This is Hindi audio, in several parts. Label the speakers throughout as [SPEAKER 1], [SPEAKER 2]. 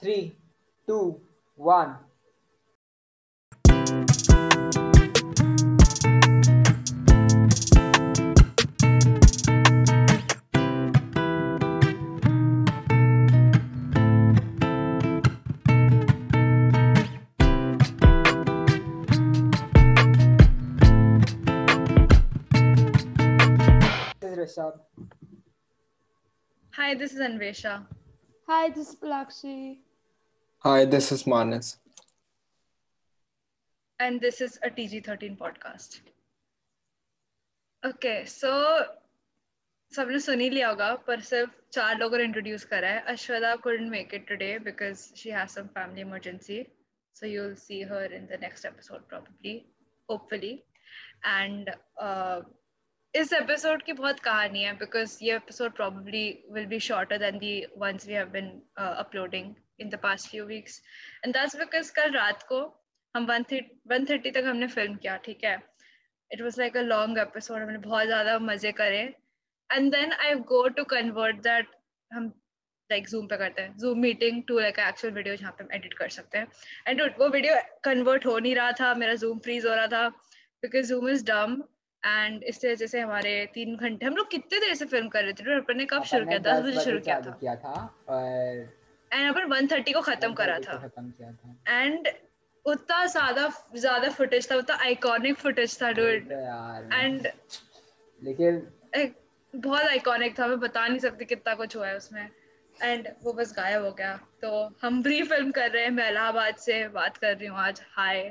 [SPEAKER 1] three, two, one. This is Rishabh.
[SPEAKER 2] Hi, this is Anvesha.
[SPEAKER 3] Hi, this is Palakshi.
[SPEAKER 4] Hi, this is Manas.
[SPEAKER 2] and this is a TG13 podcast. Okay so सबने सुन ही लिया होगा पर सिर्फ चार लोगों ने इंट्रोड्यूस करा है अश्वदा couldn't make it today because she has some family emergency so you'll see her in the next episode probably hopefully and uh, इस एपिसोड की बहुत कहानी है because ये episode probably will be shorter than the ones we have been uh, uploading in the past few weeks and that's because कल रात को हम वन वन थर्टी तक हमने फिल्म किया ठीक है it was like a long episode हमने बहुत ज्यादा मजे करे and then I go to convert that हम लाइक जूम पे करते हैं Zoom meeting to like actual video जहाँ पे हम एडिट कर सकते हैं एंड वो वीडियो कन्वर्ट हो नहीं रहा था मेरा जूम फ्रीज हो रहा था because Zoom is dumb and इस वजह से हमारे तीन घंटे हम लोग कितने देर से फिल्म कर रहे थे अपन ने कब शुरू
[SPEAKER 1] अपन ने
[SPEAKER 2] किया दस
[SPEAKER 1] 10
[SPEAKER 2] बजे
[SPEAKER 1] बजे
[SPEAKER 2] शुरू किया
[SPEAKER 1] चालू
[SPEAKER 2] था
[SPEAKER 1] किया था और
[SPEAKER 2] एंड अपन वन थर्टी को खत्म
[SPEAKER 1] 1:30
[SPEAKER 2] करा
[SPEAKER 1] को
[SPEAKER 2] था
[SPEAKER 1] खत्म किया था
[SPEAKER 2] एंड उतना ज्यादा ज्यादा फुटेज था उतना आइकॉनिक फुटेज था डूड
[SPEAKER 1] तो यार
[SPEAKER 2] एंड
[SPEAKER 1] लेकिन
[SPEAKER 2] बहुत आइकॉनिक था मैं बता नहीं सकती कितना कुछ हुआ है उसमें एंड वो बस गायब हो गया तो हम ब्री फिल्म कर रहे हैं मैं इलाहाबाद से बात कर रही हूँ आज हाय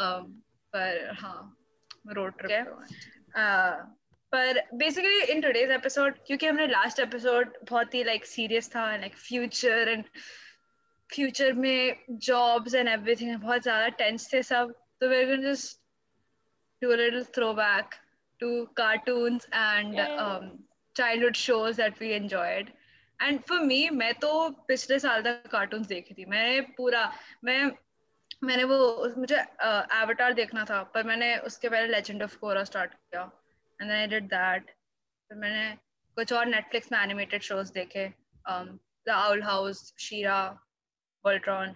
[SPEAKER 2] पर हाँ रोड ट्रिप Uh, पर बेसिकली इन टुडेज एपिसोड क्योंकि हमने लास्ट एपिसोड बहुत ही लाइक सीरियस था लाइक फ्यूचर एंड फ्यूचर में जॉब्स एंड एवरीथिंग बहुत ज्यादा टेंस थे सब तो we are going just do a little throwback to cartoons and
[SPEAKER 3] Yay.
[SPEAKER 2] um, childhood shows that we enjoyed. And for me, मैं तो पिछले साल तक cartoons देखी थी मैंने पूरा मैं मैंने वो मुझे एवटार देखना था पर मैंने उसके पहले लेजेंड ऑफ कोरा स्टार्ट किया एंड आई डिड दैट फिर मैंने कुछ और नेटफ्लिक्स में एनिमेटेड शोज देखे um, द आउल हाउस शीरा वर्ल्ड्रॉन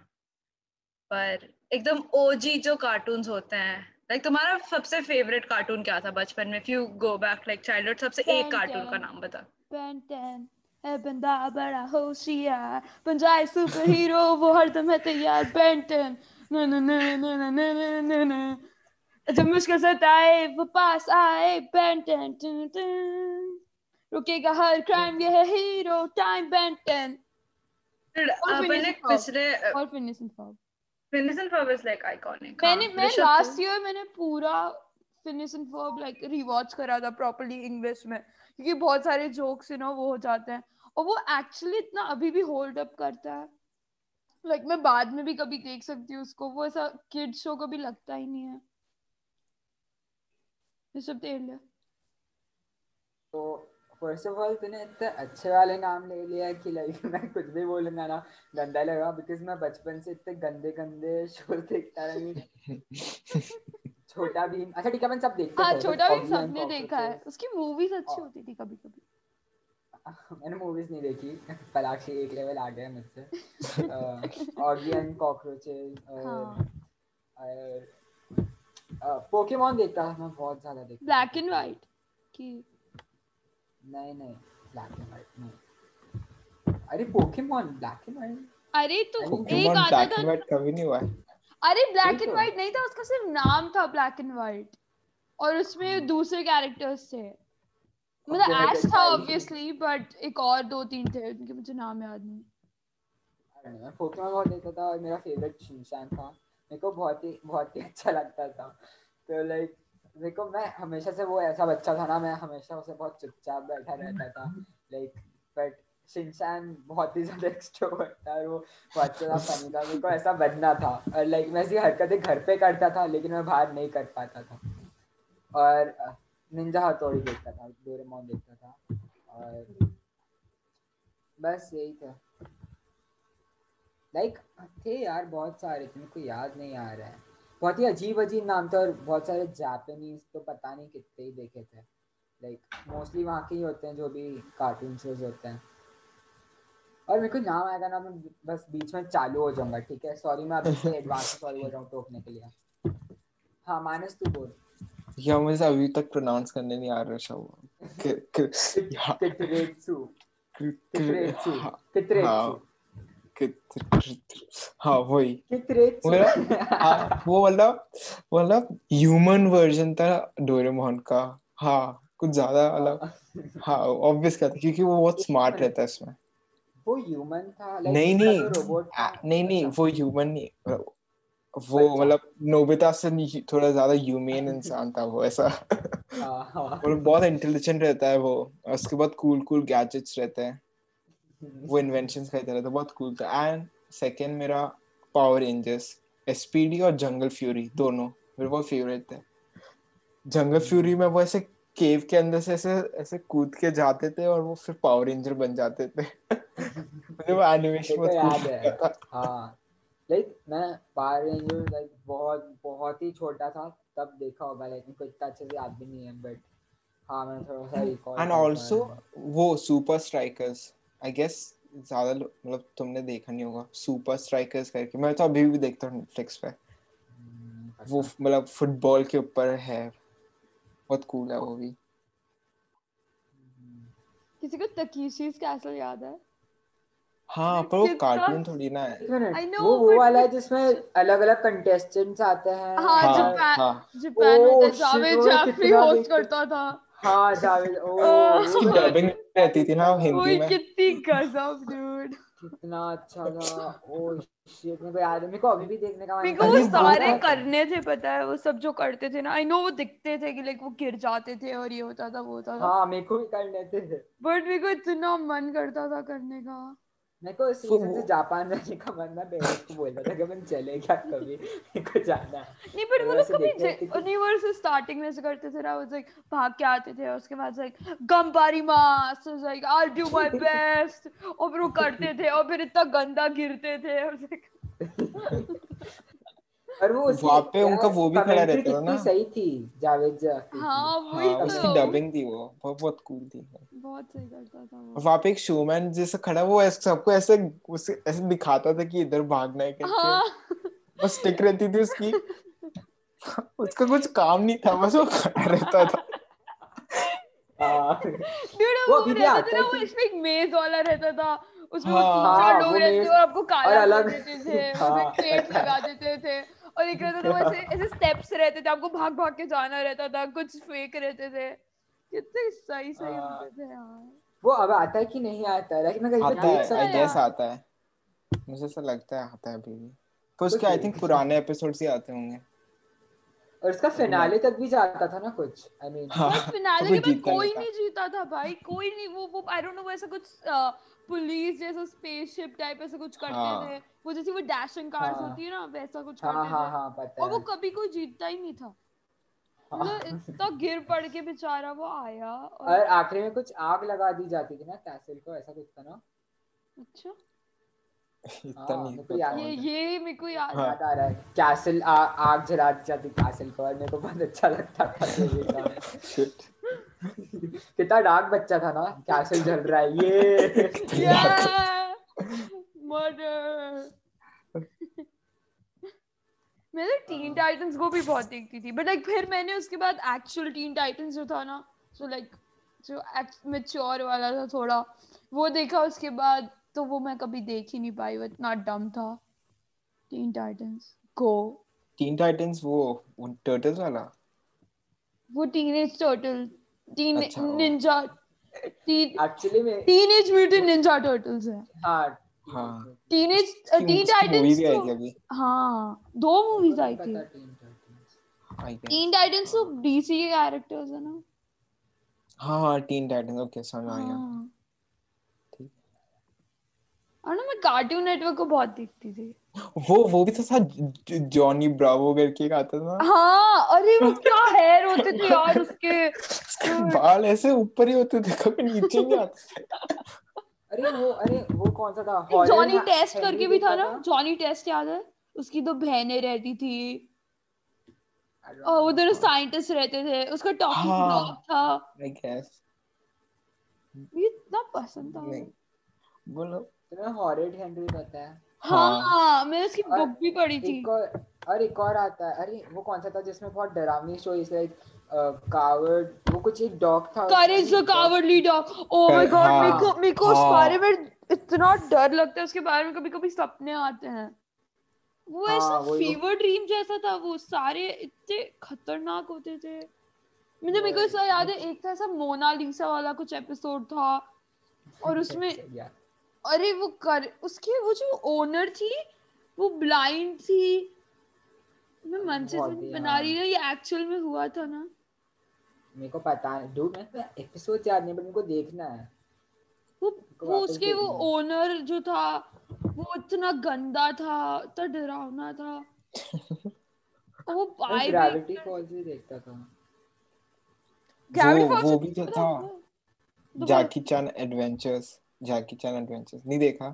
[SPEAKER 2] पर एकदम ओजी जो कार्टून्स होते हैं लाइक तुम्हारा सबसे फेवरेट कार्टून क्या था बचपन में few go back like childhood सबसे एक
[SPEAKER 3] Ben
[SPEAKER 2] कार्टून का
[SPEAKER 3] 10.
[SPEAKER 2] नाम बता
[SPEAKER 3] Ben 10 है बंदा बड़ा होशियार पंजाई सुपर हीरो वो हरदम है तैयार Ben 10 ना ना ना ना ना ना ना ना ना जब मुश्किल सताए वो पास आए Ben 10 टन टन रुकेगा हर क्राइम ये है हीरो टाइम Ben 10
[SPEAKER 2] Dude,
[SPEAKER 3] और
[SPEAKER 2] अपन
[SPEAKER 3] Phineas
[SPEAKER 2] ने
[SPEAKER 3] and Ferb.
[SPEAKER 2] uh, पिछले uh,
[SPEAKER 3] और फिनिश एंड फॉब
[SPEAKER 2] Phineas and Ferb is like iconic
[SPEAKER 3] मैंने मैं लास्ट ईयर मैंने पूरा Phineas and Ferb like rewatch करा था प्रॉपर्ली इंग्लिश में क्योंकि बहुत सारे जोक्स यू नो वो हो जाते हैं और वो एक्चुअली इतना अभी भी होल्ड अप करता है लाइक मैं बाद में भी कभी देख सकती हूँ उसको वो ऐसा किड शो कभी लगता ही नहीं है ऋषभ देख ले
[SPEAKER 1] तो फर्स्ट ऑफ ऑल तूने इतने अच्छे वाले नाम ले लिया कि लाइक मैं कुछ भी बोलूंगा ना गंदा लगा बिकॉज मैं बचपन से इतने गंदे गंदे शोज देखता रही हूँ। छोटा भीम अच्छा ठीक है अपन सब देखते
[SPEAKER 3] हाँ
[SPEAKER 1] थे,
[SPEAKER 3] छोटा
[SPEAKER 1] but
[SPEAKER 3] भी
[SPEAKER 1] Oggy and
[SPEAKER 3] सबने देखा है
[SPEAKER 1] Cockroaches।
[SPEAKER 3] उसकी मूवीज अच्छी
[SPEAKER 1] और-
[SPEAKER 3] होती थी कभी कभी
[SPEAKER 1] मैंने मूवीज नहीं देखी पलाक्षी एक लेवल आ गया है मुझसे ऑगी एंड कॉकरोचेस
[SPEAKER 3] हाँ
[SPEAKER 1] और पोकेमोन देखता था मैं बहुत ज्यादा देखता
[SPEAKER 3] ब्लैक
[SPEAKER 1] था।
[SPEAKER 3] एंड वाइट की
[SPEAKER 1] नहीं नहीं ब्लैक एंड वाइट नहीं अरे पोकेमोन ब्लैक एंड वाइट
[SPEAKER 3] अरे तो एक
[SPEAKER 4] पोकेमोन
[SPEAKER 3] आता
[SPEAKER 4] ब्लैक
[SPEAKER 3] था
[SPEAKER 4] एंड व्हाइट कभी नहीं हुआ है।
[SPEAKER 3] अरे ब्लैक
[SPEAKER 1] वही
[SPEAKER 3] एंड
[SPEAKER 1] तो।
[SPEAKER 3] व्हाइट नहीं था उसका सिर्फ नाम था ब्लैक एंड व्हाइट और
[SPEAKER 1] हम्म।
[SPEAKER 3] उसमें दूसरे कैरेक्टर्स थे मतलब
[SPEAKER 1] Okay,
[SPEAKER 3] ऐश
[SPEAKER 1] okay,
[SPEAKER 3] था
[SPEAKER 1] I-
[SPEAKER 3] ऑब्वियसली बट एक और दो तीन थे उनके मुझे नाम याद नहीं
[SPEAKER 1] मैं पोकेमोन बहुत देखता था और मेरा फेवरेट शिनचैन था मेरे को बहुत ही बहुत ही अच्छा लगता था तो लाइक मेरे को मैं हमेशा से वो ऐसा बच्चा था ना मैं हमेशा उसे बहुत चुपचाप बैठा रहता था लाइक बट शिनचैन बहुत ही ज्यादा एक्सट्रोवर्ट था और वो बहुत ज्यादा फनी था मेरे को ऐसा बनना था और लाइक मैं ऐसी हरकतें घर पे करता था लेकिन मैं बाहर नहीं कर पाता था और अ, निंजा हथौड़ी देखता था डोरेमोन देखता था और बस यही था लाइक थे यार बहुत सारे थे मेरे को याद नहीं आ रहा है बहुत ही अजीब अजीब नाम थे और बहुत सारे जापानीज तो पता नहीं कितने ही देखे थे लाइक मोस्टली वहाँ के ही होते हैं जो भी कार्टून शोज होते हैं और मेरे को नाम आएगा ना मैं बस बीच में चालू हो जाऊंगा ठीक है सॉरी मैं अभी से एडवांस सॉरी बोल रहा हूँ टोकने के लिए हाँ मानस तू बोल
[SPEAKER 4] या मुझे अभी तक प्रोनाउंस करने नहीं आ रहा शब्द कि- कि- या-
[SPEAKER 1] कितरेत्सु
[SPEAKER 4] कि- कि-
[SPEAKER 1] कितरेत्सु
[SPEAKER 4] हाँ,
[SPEAKER 1] कितरेत्सु
[SPEAKER 4] हाँ। कि- हाँ वही
[SPEAKER 1] कितरेत्सु
[SPEAKER 4] हाँ, वो मतलब वो मतलब ह्यूमन वर्जन था डोरेमोन का हाँ कुछ ज्यादा मतलब हाँ ऑब्वियस था क्योंकि वो बहुत स्मार्ट रहता है इसमें
[SPEAKER 1] वो ह्यूमन था तो
[SPEAKER 4] नहीं, नहीं।
[SPEAKER 1] रोबोट
[SPEAKER 4] आ, नहीं नहीं वो ह्यूमन नहीं वो
[SPEAKER 1] अच्छा।
[SPEAKER 4] मतलब नोबिता से नहीं- थोड़ा ज्यादा ह्यूमन इंसान था वो ऐसा
[SPEAKER 1] हाँ,
[SPEAKER 4] और बहुत इंटेलिजेंट रहता है वो और उसके बाद कूल कूल गैजेट्स रहते हैं वो इन्वेंशन खरीदते रहते हैं बहुत कूल था एंड सेकेंड मेरा पावर रेंजर्स एसपीडी और जंगल फ्यूरी दोनों मेरे बहुत फेवरेट थे जंगल फ्यूरी में वो ऐसे केव के अंदर से ऐसे ऐसे कूद के जाते थे और वो फिर पावर रेंजर बन जाते थे मुझे वो एनिमेशन
[SPEAKER 1] मेरे को
[SPEAKER 4] बहुत
[SPEAKER 1] याद
[SPEAKER 4] cool
[SPEAKER 1] है।
[SPEAKER 4] लगता था
[SPEAKER 1] हाँ लाइक मैं पावर रेंजर लाइक बहुत बहुत ही छोटा था तब देखा होगा लाइक मेरे को इतना अच्छे से याद भी नहीं है बट हाँ मैंने थोड़ा सा रिकॉल
[SPEAKER 4] एंड ऑल्सो वो सुपर स्ट्राइकर्स आई गेस ज्यादा लो- मतलब तुमने देखा नहीं होगा सुपर स्ट्राइकर्स करके मैं तो अभी भी देखता हूँ नेटफ्लिक्स पे
[SPEAKER 1] हम्म,
[SPEAKER 4] वो मतलब फुटबॉल के ऊपर है बहुत कूल है वो भी
[SPEAKER 1] हम्म,
[SPEAKER 3] किसी को तकीशीज कैसल याद है
[SPEAKER 4] हाँ पर वो
[SPEAKER 3] कितना-
[SPEAKER 4] कार्टून थोड़ी ना है
[SPEAKER 1] एक मिनट
[SPEAKER 3] I know,
[SPEAKER 1] हम्म, वो वो
[SPEAKER 3] but-
[SPEAKER 1] वाला है जिसमें अलग अलग कंटेस्टेंट्स आते हैं
[SPEAKER 3] हाँ,
[SPEAKER 4] हाँ
[SPEAKER 1] और-
[SPEAKER 3] जो- जापान-
[SPEAKER 4] हाँ
[SPEAKER 3] जापान में
[SPEAKER 1] Oh,
[SPEAKER 3] तो
[SPEAKER 1] shit,
[SPEAKER 3] जावेद
[SPEAKER 1] वो मैं
[SPEAKER 3] जाफरी
[SPEAKER 1] कितना
[SPEAKER 3] होस्ट
[SPEAKER 1] देखता-
[SPEAKER 3] करता था
[SPEAKER 1] हाँ जावेद ओ
[SPEAKER 3] Oh.
[SPEAKER 1] वो
[SPEAKER 4] उसकी डबिंग रहती थी ना हिंदी
[SPEAKER 3] वही
[SPEAKER 4] में
[SPEAKER 3] कितनी गजब डूड
[SPEAKER 1] कितना अच्छा था ओ शिट मेरे को याद है मेरे को अभी भी देखने का मन
[SPEAKER 3] मेरे को
[SPEAKER 1] कर
[SPEAKER 3] वो
[SPEAKER 1] रहा है।
[SPEAKER 3] सारे
[SPEAKER 1] हाँ,
[SPEAKER 3] करने थे पता है वो सब जो करते थे ना आई नो वो दिखते थे कि लाइक वो गिर जाते थे और ये होता था वो होता था
[SPEAKER 1] हाँ मेरे को भी कर लेते थे
[SPEAKER 3] बट मेरे को इतना मन करता था करने का
[SPEAKER 1] मेरे को इस
[SPEAKER 4] तो
[SPEAKER 1] रीजन से
[SPEAKER 4] वो-
[SPEAKER 1] जापान जाने का मन ना बेबी को बोल रहा था कि अपन चले क्या कभी मेरे को जाना है
[SPEAKER 3] नहीं बट वो
[SPEAKER 1] और
[SPEAKER 3] लोग
[SPEAKER 1] वैसे देखते हैं
[SPEAKER 3] कभी
[SPEAKER 1] कि-
[SPEAKER 3] यूनिवर्स स्टार्टिंग में से करते थे ना वो लाइक भाग के आते थे और उसके बाद लाइक गम बारी मास like I do my best और फिर वो करते थे और फिर इतना गंदा गिरते थे और like,
[SPEAKER 1] और वो उसकी
[SPEAKER 4] वहाँ पे
[SPEAKER 1] यार,
[SPEAKER 4] उनका वो भी खड़ा
[SPEAKER 1] commentary
[SPEAKER 4] रहता था
[SPEAKER 1] कितनी
[SPEAKER 4] ना।
[SPEAKER 1] सही थी जावेद जाफरी की।
[SPEAKER 3] हाँ वही
[SPEAKER 4] हाँ उसकी
[SPEAKER 3] तो
[SPEAKER 4] डबिंग थी वो बहुत बहुत कूल थी
[SPEAKER 3] बहुत सही करता था वो
[SPEAKER 4] वहाँ पे एक शोमैन जैसे खड़ा वो ऐसे- सबको ऐसे उसे ऐसे दिखाता था कि इधर भागना है करके
[SPEAKER 3] हाँ
[SPEAKER 4] बस स्टिक रहती थी उसकी उसका कुछ काम नहीं था बस वो खड़ा रहता था
[SPEAKER 1] हाँ,
[SPEAKER 3] Dude,
[SPEAKER 1] वो
[SPEAKER 3] वो
[SPEAKER 1] अभी भी
[SPEAKER 3] रहता
[SPEAKER 1] आता
[SPEAKER 3] था
[SPEAKER 1] है
[SPEAKER 3] ना, वो
[SPEAKER 1] कि-
[SPEAKER 3] इसमें एक मेज वाला रहता था उसमें वो
[SPEAKER 4] हाँ,
[SPEAKER 3] तीन चार
[SPEAKER 1] हाँ,
[SPEAKER 3] लोग
[SPEAKER 1] वो
[SPEAKER 3] रहते
[SPEAKER 1] मेज
[SPEAKER 3] थे और आपको
[SPEAKER 1] और
[SPEAKER 3] काला
[SPEAKER 1] अलग-
[SPEAKER 3] कर देते थे
[SPEAKER 1] हाँ,
[SPEAKER 3] उसमें पेट
[SPEAKER 1] पता है।
[SPEAKER 3] लगा देते थे और एक रहता था वैसे ऐसे स्टेप्स रहते थे आपको भाग भाग के जाना रहता था कुछ फेक रहते थे कितने सही सही
[SPEAKER 1] हाँ।
[SPEAKER 3] होते थे यार
[SPEAKER 1] वो अब आता है कि नहीं आता है लेकिन मैं कहीं पे
[SPEAKER 4] आता
[SPEAKER 1] देख
[SPEAKER 4] है
[SPEAKER 1] सकता
[SPEAKER 4] आई
[SPEAKER 3] है।
[SPEAKER 4] गेस आता है मुझे ऐसा लगता है आता है अभी भी पर उसके आई
[SPEAKER 1] कुछ-
[SPEAKER 4] थिंक पुराने एपिसोड्स ही आते होंगे
[SPEAKER 1] और उसका फिनाले तक भी जाता था ना कुछ आई मीन
[SPEAKER 4] हाँ
[SPEAKER 3] बट फिनाले
[SPEAKER 1] तो
[SPEAKER 4] कोई
[SPEAKER 3] के बाद
[SPEAKER 4] जीतता
[SPEAKER 3] कोई
[SPEAKER 4] नहीं था।
[SPEAKER 3] नहीं जीता था भाई कोई नहीं वो वो आई डोंट नो वैसा कुछ पुलिस जैसा स्पेसशिप टाइप ऐसा कुछ करते
[SPEAKER 4] हाँ।
[SPEAKER 3] थे वो जैसी वो डैशिंग कार्स
[SPEAKER 1] हाँ।
[SPEAKER 3] होती है ना वैसा कुछ
[SPEAKER 1] हाँ
[SPEAKER 3] करते
[SPEAKER 1] हाँ
[SPEAKER 3] थे
[SPEAKER 1] हाँ पता
[SPEAKER 3] और वो
[SPEAKER 1] है
[SPEAKER 3] कभी कोई जीतता ही नहीं था
[SPEAKER 1] हाँ।
[SPEAKER 3] मतलब इतना गिर पड़ के बेचारा वो आया और
[SPEAKER 1] और आखिरी में कुछ आग लगा दी जाती थी ना कैसल को ऐसा कुछ था ना
[SPEAKER 3] अच्छा
[SPEAKER 1] हाँ,
[SPEAKER 4] इतना नहीं
[SPEAKER 1] मेरे को
[SPEAKER 4] पता
[SPEAKER 1] याद
[SPEAKER 3] ये
[SPEAKER 4] मुझे।
[SPEAKER 3] ये मेरे को याद
[SPEAKER 4] हाँ।
[SPEAKER 1] याद आ रहा है कैसल आ, आग जला दी जाती कैसल को और मेरे को बहुत अच्छा लगता था ये गाना।
[SPEAKER 4] Shit.
[SPEAKER 1] कितना डार्क बच्चा था ना कैसल जल रहा है ये
[SPEAKER 3] मर्डर मैं तो टीन
[SPEAKER 4] हाँ।
[SPEAKER 3] टाइटंस को भी बहुत देखती थी बट लाइक फिर मैंने उसके बाद एक्चुअल टीन टाइटंस जो था ना सो लाइक जो मेच्योर वाला था थोड़ा वो देखा उसके बाद तो वो मैं कभी देख ही नहीं पाई वो इतना डम था Teen Titans Go
[SPEAKER 4] Teen Titans वो टर्टल्स वाला
[SPEAKER 3] वो टीनेज टर्टल टीन
[SPEAKER 4] अच्छा, वो।
[SPEAKER 3] निंजा टीन
[SPEAKER 1] एक्चुअली में
[SPEAKER 3] टीनेज म्यूटेंट निंजा टर्टल्स है
[SPEAKER 1] हाँ
[SPEAKER 4] हाँ।
[SPEAKER 3] टीनेज टीन
[SPEAKER 4] मूवी
[SPEAKER 3] टाइटंस
[SPEAKER 4] भी आई थी अभी
[SPEAKER 3] तो- हाँ दो मूवीज आई थी
[SPEAKER 4] आई गेस
[SPEAKER 3] टीन टाइटंस तो डीसी के कैरेक्टर्स है ना
[SPEAKER 4] हाँ हाँ टीन टाइटंस ओके समझ आ गया
[SPEAKER 3] हाँ
[SPEAKER 4] ठीक।
[SPEAKER 3] और ना मैं कार्टून नेटवर्क को बहुत देखती थी
[SPEAKER 4] वो वो भी तो साथ जॉनी ब्रावो करके एक आता था ना
[SPEAKER 3] हाँ अरे वो क्या हेयर होते थे यार उसके
[SPEAKER 4] उसके
[SPEAKER 3] हाँ।
[SPEAKER 4] बाल ऐसे ऊपर ही होते थे कभी नीचे नहीं आते
[SPEAKER 1] अरे वो अरे वो कौन सा था
[SPEAKER 3] जॉनी
[SPEAKER 1] Hollywood
[SPEAKER 3] टेस्ट
[SPEAKER 1] Henry
[SPEAKER 3] करके भी था
[SPEAKER 1] देखा
[SPEAKER 3] ना जॉनी टेस्ट याद है उसकी दो बहनें रहती थी
[SPEAKER 1] I don't
[SPEAKER 3] और वो दोनों
[SPEAKER 1] know.
[SPEAKER 3] साइंटिस्ट रहते थे उसका टॉकिंग
[SPEAKER 4] हाँ।
[SPEAKER 3] डॉग था
[SPEAKER 4] आई गेस
[SPEAKER 3] मुझे इतना पसंद था वो।
[SPEAKER 4] नहीं बोलो
[SPEAKER 1] तुम्हें हॉरेड हेनरी पता है
[SPEAKER 4] हाँ।
[SPEAKER 3] हाँ मैंने उसकी
[SPEAKER 1] और
[SPEAKER 3] बुक भी पढ़ी थी
[SPEAKER 1] एक और और एक और आता है अरे वो कौन सा था जिसमें बहुत डरावनी स्टोरी लाइक कावर्ड वो कुछ एक डॉग था उसमें
[SPEAKER 3] करेज
[SPEAKER 1] भी
[SPEAKER 3] the
[SPEAKER 1] dog-
[SPEAKER 3] cowardly dog oh my
[SPEAKER 4] हाँ।
[SPEAKER 3] गॉड Oh मेरे को मेरे को उस
[SPEAKER 4] हाँ।
[SPEAKER 3] बारे में इतना डर लगता है उसके बारे में कभी कभी सपने आते हैं वो
[SPEAKER 1] हाँ,
[SPEAKER 3] ऐसा
[SPEAKER 1] वही वो-
[SPEAKER 3] फीवर ड्रीम जैसा था वो सारे इतने खतरनाक होते थे मुझे मेरे को
[SPEAKER 1] वही।
[SPEAKER 3] ऐसा याद है एक था ऐसा मोनालिसा वाला कुछ एपिसोड था और उसमें
[SPEAKER 1] या,
[SPEAKER 3] अरे वो कर उसकी वो जो ओनर थी वो ब्लाइंड थी मैं मन से तो
[SPEAKER 1] बहुत
[SPEAKER 3] नहीं
[SPEAKER 1] ही,
[SPEAKER 3] बना
[SPEAKER 1] हाँ।
[SPEAKER 3] रही ना ये एक्चुअल में हुआ था ना
[SPEAKER 1] मेरे को पता नहीं डूड मैं एपिसोड याद नहीं बट मेरे को देखना है
[SPEAKER 3] वो
[SPEAKER 1] को
[SPEAKER 3] वो
[SPEAKER 1] वापस
[SPEAKER 3] उसके वो
[SPEAKER 1] देखना।
[SPEAKER 3] ओनर जो था वो इतना गंदा था इतना डरावना था और वो पाई
[SPEAKER 1] ग्रेविटी फॉल्स भी देखता था
[SPEAKER 4] वो- वो भी
[SPEAKER 3] मतलब
[SPEAKER 4] तो था। Jackie Chan Adventures Jackie Chan Adventures नहीं देखा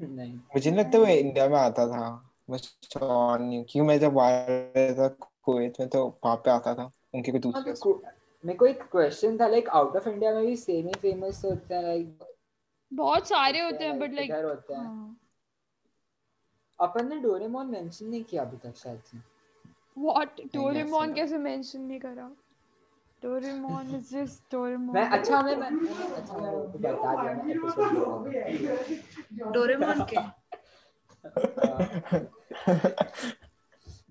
[SPEAKER 1] नहीं
[SPEAKER 4] मुझे नहीं लगता वो इंडिया में आता था मैं श्योर नहीं हूँ, क्यों मैं जब बाहर रहता था कुवैत में तो वहाँ पे आता था उनके कोई
[SPEAKER 1] हाँ,
[SPEAKER 4] दूसरे
[SPEAKER 1] तो को- मेरे को एक क्वेश्चन था लाइक आउट ऑफ इंडिया में भी सेम ही फेमस होते हैं लाइक
[SPEAKER 3] बहुत सारे होते हैं हाँ। बट लाइक
[SPEAKER 1] अच्छा इधर होते हैं अपन ने डोरेमोन मेंशन नहीं किया अभी तक शायद से
[SPEAKER 3] व्हाट डोरेमोन
[SPEAKER 4] सुना।
[SPEAKER 3] कैसे मेंशन नहीं करा डोरेमोन इज जस्ट
[SPEAKER 1] मैं
[SPEAKER 3] डोरेमोन
[SPEAKER 1] अच्छा मैं मैं अच्छा मैं आपको बता दिया मैं एपिसोड
[SPEAKER 2] डोरेमोन के
[SPEAKER 1] हाँ।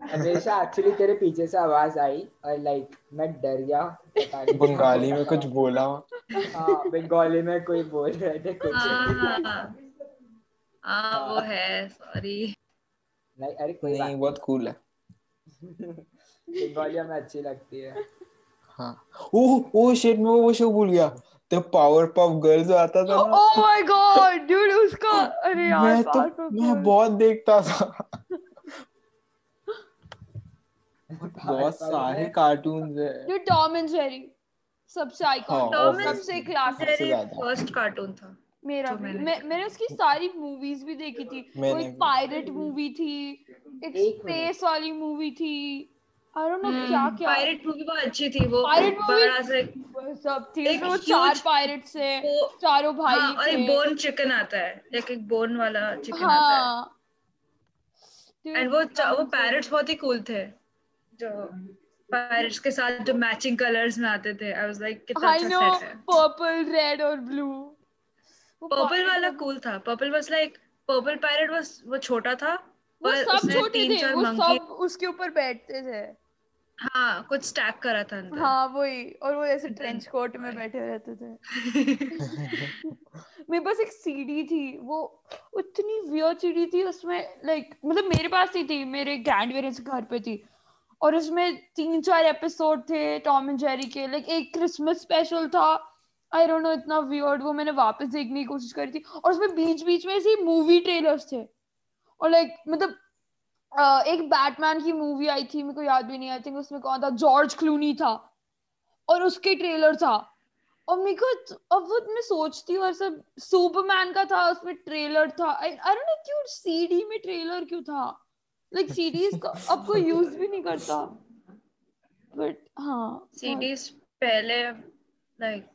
[SPEAKER 1] हमेशा एक्चुअली तेरे पीछे से आवाज आई और लाइक मैं डर गया पता नहीं
[SPEAKER 4] बंगाली में कुछ बोला
[SPEAKER 1] हाँ बंगाली में कोई बोल रहे थे कुछ
[SPEAKER 2] हाँ हाँ वो है सॉरी
[SPEAKER 1] नहीं अरे कोई बात
[SPEAKER 4] तो नहीं बहुत कूल है
[SPEAKER 1] बंगाली हमें अच्छी लगती है
[SPEAKER 4] हाँ ओह ओह शेट में वो शो भूल गया द पावर पफ गर्ल्स आता था ना
[SPEAKER 3] ओह माय गॉड डूड उसका अरे यार
[SPEAKER 4] मैं तो
[SPEAKER 3] Powerpuff
[SPEAKER 4] मैं
[SPEAKER 3] Girls।
[SPEAKER 4] बहुत देखता था बहुत
[SPEAKER 1] Powerpuff
[SPEAKER 4] सारे
[SPEAKER 1] में-
[SPEAKER 4] कार्टून है
[SPEAKER 3] जो टॉम एंड जेरी सबसे आइकॉनिक
[SPEAKER 4] हाँ,
[SPEAKER 2] Tom and
[SPEAKER 3] सबसे क्लासिक
[SPEAKER 4] सबसे
[SPEAKER 2] मेरी
[SPEAKER 4] ज्यादा।
[SPEAKER 2] फर्स्ट कार्टून था
[SPEAKER 3] मेरा
[SPEAKER 2] जो
[SPEAKER 3] भी
[SPEAKER 2] मैंने
[SPEAKER 3] मैं, मैंने उसकी सारी मूवीज भी देखी थी वो
[SPEAKER 4] मैंने
[SPEAKER 3] एक
[SPEAKER 4] भी।
[SPEAKER 3] पायरेट मूवी थी एक
[SPEAKER 1] एक
[SPEAKER 3] स्पेस वाली मूवी थी आई डोंट नो मतलब
[SPEAKER 2] हम्म,
[SPEAKER 3] क्या क्या
[SPEAKER 2] पायरेट मूवी बहुत अच्छी थी वो
[SPEAKER 3] Pirate movie-
[SPEAKER 2] बड़ा सा एक-
[SPEAKER 3] वो सब थी
[SPEAKER 2] एक
[SPEAKER 3] उसमें वो
[SPEAKER 2] huge-
[SPEAKER 3] चार पायरेट्स थे
[SPEAKER 2] वो-
[SPEAKER 3] चारों भाई
[SPEAKER 2] हाँ और एक
[SPEAKER 3] थे
[SPEAKER 2] बोन चिकन आता है लाइक एक बोन वाला चिकन आता है
[SPEAKER 3] हाँ Dude,
[SPEAKER 2] एंड वो चा- वो
[SPEAKER 3] Tom and Jerry।
[SPEAKER 2] पैरट्स बहुत ही कूल थे जो पैरट्स के साथ जो मैचिंग कलर्स में आते थे आई वाज लाइक कितना
[SPEAKER 3] I
[SPEAKER 2] अच्छा
[SPEAKER 3] know
[SPEAKER 2] सेट है
[SPEAKER 3] purple, red और blue. वो
[SPEAKER 2] पर्पल
[SPEAKER 3] pirate
[SPEAKER 2] वाला
[SPEAKER 3] वाला-
[SPEAKER 2] कूल था purple was like purple parrot was वो छोटा था
[SPEAKER 3] वो
[SPEAKER 2] पर
[SPEAKER 3] सब
[SPEAKER 2] उसने
[SPEAKER 3] छोटे
[SPEAKER 2] तीन
[SPEAKER 3] थे
[SPEAKER 2] चार
[SPEAKER 3] वो
[SPEAKER 2] मंकी
[SPEAKER 3] सब उसके ऊपर बैठते थे
[SPEAKER 2] हाँ कुछ स्टैक करा था अंदर
[SPEAKER 3] हाँ वही और वो ऐसे ट्रेंच कोट में बैठे रहते थे मेरे पास एक सीडी थी वो इतनी वियर सीडी थी उसमें लाइक मतलब मेरे पास नहीं थी मेरे ग्रैंड पेरेंट्स के घर पे थी और उसमें तीन चार एपिसोड थे टॉम एंड जेरी के लाइक एक क्रिसमस स्पेशल था आई डोंट नो इतना वियर्ड वो मैंने वापस देखने की कोशिश करी थी और उसमें बीच बीच में ऐसे मूवी ट्रेलर्स थे और लाइक मतलब अ, एक बैटमैन की मूवी आई थी मेरे को याद भी नहीं आई थिंक उसमें कौन था जॉर्ज क्लूनी था और उसके ट्रेलर था और मेरे को इत- अब वो मैं सोचती हूँ और सब सुपरमैन का था उसमें ट्रेलर था आई डोंट नो क्यों सीडी में ट्रेलर क्यों था लाइक सीडीज का अब कोई यूज भी नहीं करता बट हाँ बहुत-
[SPEAKER 2] सीडीज पहले लाइक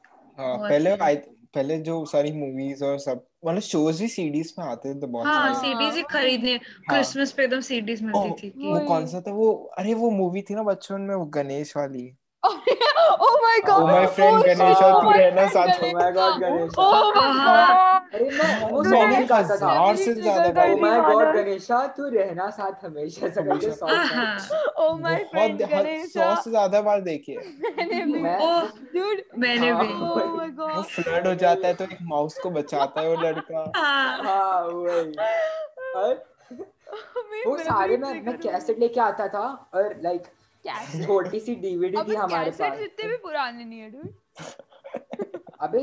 [SPEAKER 4] हाँ
[SPEAKER 2] बहुत
[SPEAKER 4] पहले
[SPEAKER 2] सारे।
[SPEAKER 4] आई पहले जो सारी मूवीज और सब मतलब शोज भी सीडीज में आते थे तो बहुत
[SPEAKER 2] हाँ
[SPEAKER 4] सारे
[SPEAKER 3] सी-
[SPEAKER 2] सीडीज ही खरीदने
[SPEAKER 4] हाँ।
[SPEAKER 2] क्रिसमस पे एकदम सीडीज
[SPEAKER 1] हाँ,
[SPEAKER 2] मिलती
[SPEAKER 4] ओ,
[SPEAKER 2] थी कि
[SPEAKER 4] वो
[SPEAKER 3] वही।
[SPEAKER 4] कौन सा था वो अरे वो मूवी थी ना बचपन में वो गणेश वाली
[SPEAKER 3] oh my god
[SPEAKER 4] Oh my friend Ganesh
[SPEAKER 1] और तू
[SPEAKER 4] रहना साथ
[SPEAKER 1] Oh my God, Ganesh।
[SPEAKER 3] oh my god
[SPEAKER 1] अरे मैं वो
[SPEAKER 4] वो
[SPEAKER 1] सॉन्ग
[SPEAKER 4] सॉन्ग
[SPEAKER 1] भी गाता था तो Oh
[SPEAKER 4] हजार से
[SPEAKER 3] मेरी
[SPEAKER 4] ज्यादा
[SPEAKER 3] trigger
[SPEAKER 1] ओ
[SPEAKER 3] कर
[SPEAKER 4] भाई
[SPEAKER 3] दी।
[SPEAKER 1] माय गॉड
[SPEAKER 3] गाना।
[SPEAKER 1] गणेशा हाँ, तू रहना साथ हमेशा से करके
[SPEAKER 4] हमेशा।
[SPEAKER 2] हाँ
[SPEAKER 1] सॉन्ग
[SPEAKER 3] oh my friend
[SPEAKER 4] बहुत
[SPEAKER 3] Ganesh
[SPEAKER 4] सौ
[SPEAKER 1] हाँ।
[SPEAKER 4] से ज्यादा बार देखी है
[SPEAKER 3] मैंने भी
[SPEAKER 1] मैं
[SPEAKER 2] ओ
[SPEAKER 3] dude
[SPEAKER 2] मैंने
[SPEAKER 1] हाँ।
[SPEAKER 2] भी
[SPEAKER 3] oh my
[SPEAKER 4] वो
[SPEAKER 3] god
[SPEAKER 4] फ्लड हो जाता है तो एक माउस को बचाता है वो लड़का
[SPEAKER 2] हाँ
[SPEAKER 1] हाँ वही और
[SPEAKER 3] मेरी
[SPEAKER 1] वो
[SPEAKER 3] memory
[SPEAKER 1] सारे मैं
[SPEAKER 3] trigger
[SPEAKER 1] मैं
[SPEAKER 3] हो
[SPEAKER 1] कैसेट लेके आता था और लाइक
[SPEAKER 3] गई। Cassette।
[SPEAKER 1] छोटी सी डीवीडी
[SPEAKER 3] अब
[SPEAKER 1] थी हमारे
[SPEAKER 3] कैसेट जितने
[SPEAKER 1] पास
[SPEAKER 3] भी पुराने नहीं है dude
[SPEAKER 1] अबे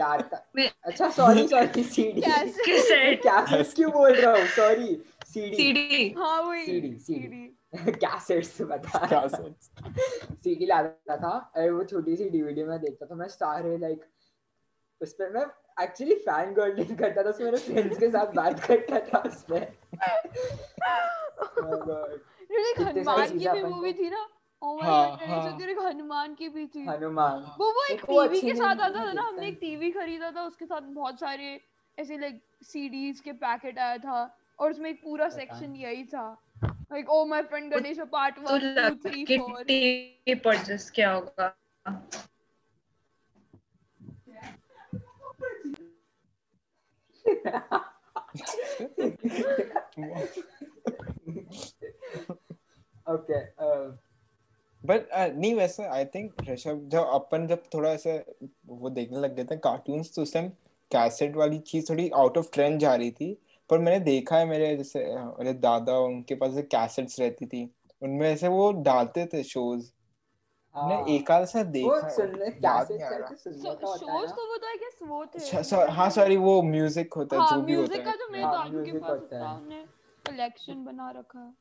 [SPEAKER 1] लाता
[SPEAKER 2] मैं-
[SPEAKER 1] अच्छा sorry sorry CD
[SPEAKER 3] cassette
[SPEAKER 2] cassette
[SPEAKER 1] cassette क्यों बोल रहा हूँ सॉरी सीडी
[SPEAKER 2] सीडी तो
[SPEAKER 3] हाँ वही
[SPEAKER 1] CD,
[SPEAKER 3] CD।
[SPEAKER 1] कैसेट्स बता
[SPEAKER 4] Cassettes.
[SPEAKER 1] सीडी लाता था और वो छोटी सी डीवीडी में देखता था मैं सारे लाइक उस पे मैं एक्चुअली फैन गर्लिंग करता था उसमें मेरे फ्रेंड्स के साथ बात करता था उसमें Oh my God.
[SPEAKER 3] Dude, एक
[SPEAKER 1] कितने सारी
[SPEAKER 3] हनुमान की
[SPEAKER 1] चीजें
[SPEAKER 3] भी
[SPEAKER 1] अपन को-
[SPEAKER 3] मूवी थी ना oh ओ माय
[SPEAKER 4] हाँ,
[SPEAKER 3] गॉड गणेश
[SPEAKER 4] हाँ।
[SPEAKER 3] और तेरे एक हनुमान की भी थी
[SPEAKER 1] हनुमान
[SPEAKER 3] वो वो एक
[SPEAKER 1] वो
[SPEAKER 3] टीवी
[SPEAKER 1] अच्छी
[SPEAKER 3] के
[SPEAKER 1] नहीं
[SPEAKER 3] साथ
[SPEAKER 1] है,
[SPEAKER 3] आता था
[SPEAKER 1] मैं देखता
[SPEAKER 3] ना हमने एक
[SPEAKER 1] नहीं।
[SPEAKER 3] टीवी खरीदा था उसके साथ बहुत सारे ऐसे लाइक सीडीज के पैकेट आया था और उसमें एक पूरा सेक्शन यही था oh like oh my friend Ganesh part
[SPEAKER 2] तो
[SPEAKER 3] 1 2 3 4
[SPEAKER 2] लपेटे purchase क्या होगा
[SPEAKER 1] ओके
[SPEAKER 4] बट uh, नहीं वैसे आई थिंक ऋषभ जब अपन जब थोड़ा ऐसे वो देखने लग गए थे कार्टून्स तो उस टाइम कैसेट वाली चीज थोड़ी आउट ऑफ ट्रेंड जा रही थी पर मैंने देखा है मेरे जैसे अ, मेरे दादा उनके पास ऐसे कैसेट्स रहती थी उनमें ऐसे वो डालते थे शोज मैंने एक आध सा
[SPEAKER 1] हाँ। वो
[SPEAKER 4] देखा है,
[SPEAKER 1] सुनने
[SPEAKER 4] याद
[SPEAKER 1] कैसे
[SPEAKER 4] नहीं आ रहा
[SPEAKER 1] सुनने का होता है ना
[SPEAKER 3] शोज तो वो तो आई गेस वो
[SPEAKER 4] अच्छा,
[SPEAKER 3] थे
[SPEAKER 4] सॉ- हाँ सॉरी वो म्यूजिक होता है
[SPEAKER 3] हाँ
[SPEAKER 4] जो भी होता
[SPEAKER 3] म्यूजिक
[SPEAKER 4] है
[SPEAKER 3] का तो मेरे
[SPEAKER 1] हाँ,
[SPEAKER 3] दादू के
[SPEAKER 1] music
[SPEAKER 3] पास
[SPEAKER 1] होता है।
[SPEAKER 3] था उन्होंने कलेक्शन बना रखा है।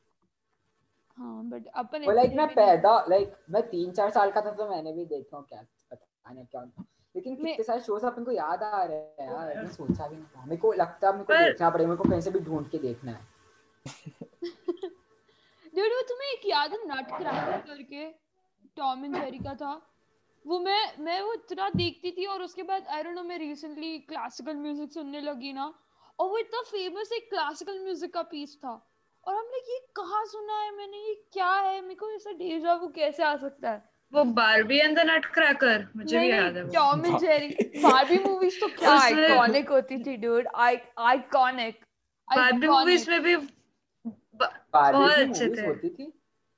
[SPEAKER 3] हाँ बट अपन
[SPEAKER 1] वो लाइक
[SPEAKER 3] इतने
[SPEAKER 1] मैं
[SPEAKER 3] भी नहीं-
[SPEAKER 1] पैदा लाइक मैं तीन चार साल का था तो मैंने भी देखा हूँ क्या पता नहीं क्या होता। लेकिन
[SPEAKER 3] मैं-
[SPEAKER 1] कितने सारे शोज अपन को याद आ रहे हैं यार मैंने सोचा भी नहीं था। मेरे को लगता है मेरे को
[SPEAKER 2] पर-
[SPEAKER 1] देखना पड़ेगा मेरे को कहीं से भी ढूंढ के देखना है
[SPEAKER 3] Dude, वो तुम्हें एक याद है Nutcracker Tom and Jerry का था वो मैं मैं वो इतना देखती थी और उसके बाद आई डोंट नो मैं रिसेंटली क्लासिकल म्यूजिक सुनने लगी ना और वो इतना फेमस एक क्लासिकल म्यूजिक का पीस था और हम लोग ये कहाँ सुना है मैंने ये क्या है मेरे को ऐसा डेजा वो कैसे आ सकता है
[SPEAKER 2] वो बारबी एंड द नटक्रैकर मुझे भी
[SPEAKER 3] नहीं,
[SPEAKER 2] याद है
[SPEAKER 3] नहीं,
[SPEAKER 2] वो
[SPEAKER 3] Tom and Jerry Barbie movies तो क्या
[SPEAKER 2] उसमें-
[SPEAKER 3] आइकॉनिक होती थी डूड आइकॉनिक
[SPEAKER 2] बारबी मूवीज में भी ब-
[SPEAKER 1] बारबी
[SPEAKER 2] बहुत
[SPEAKER 1] की
[SPEAKER 2] अच्छे
[SPEAKER 1] मूवीज
[SPEAKER 2] थे।
[SPEAKER 1] होती थी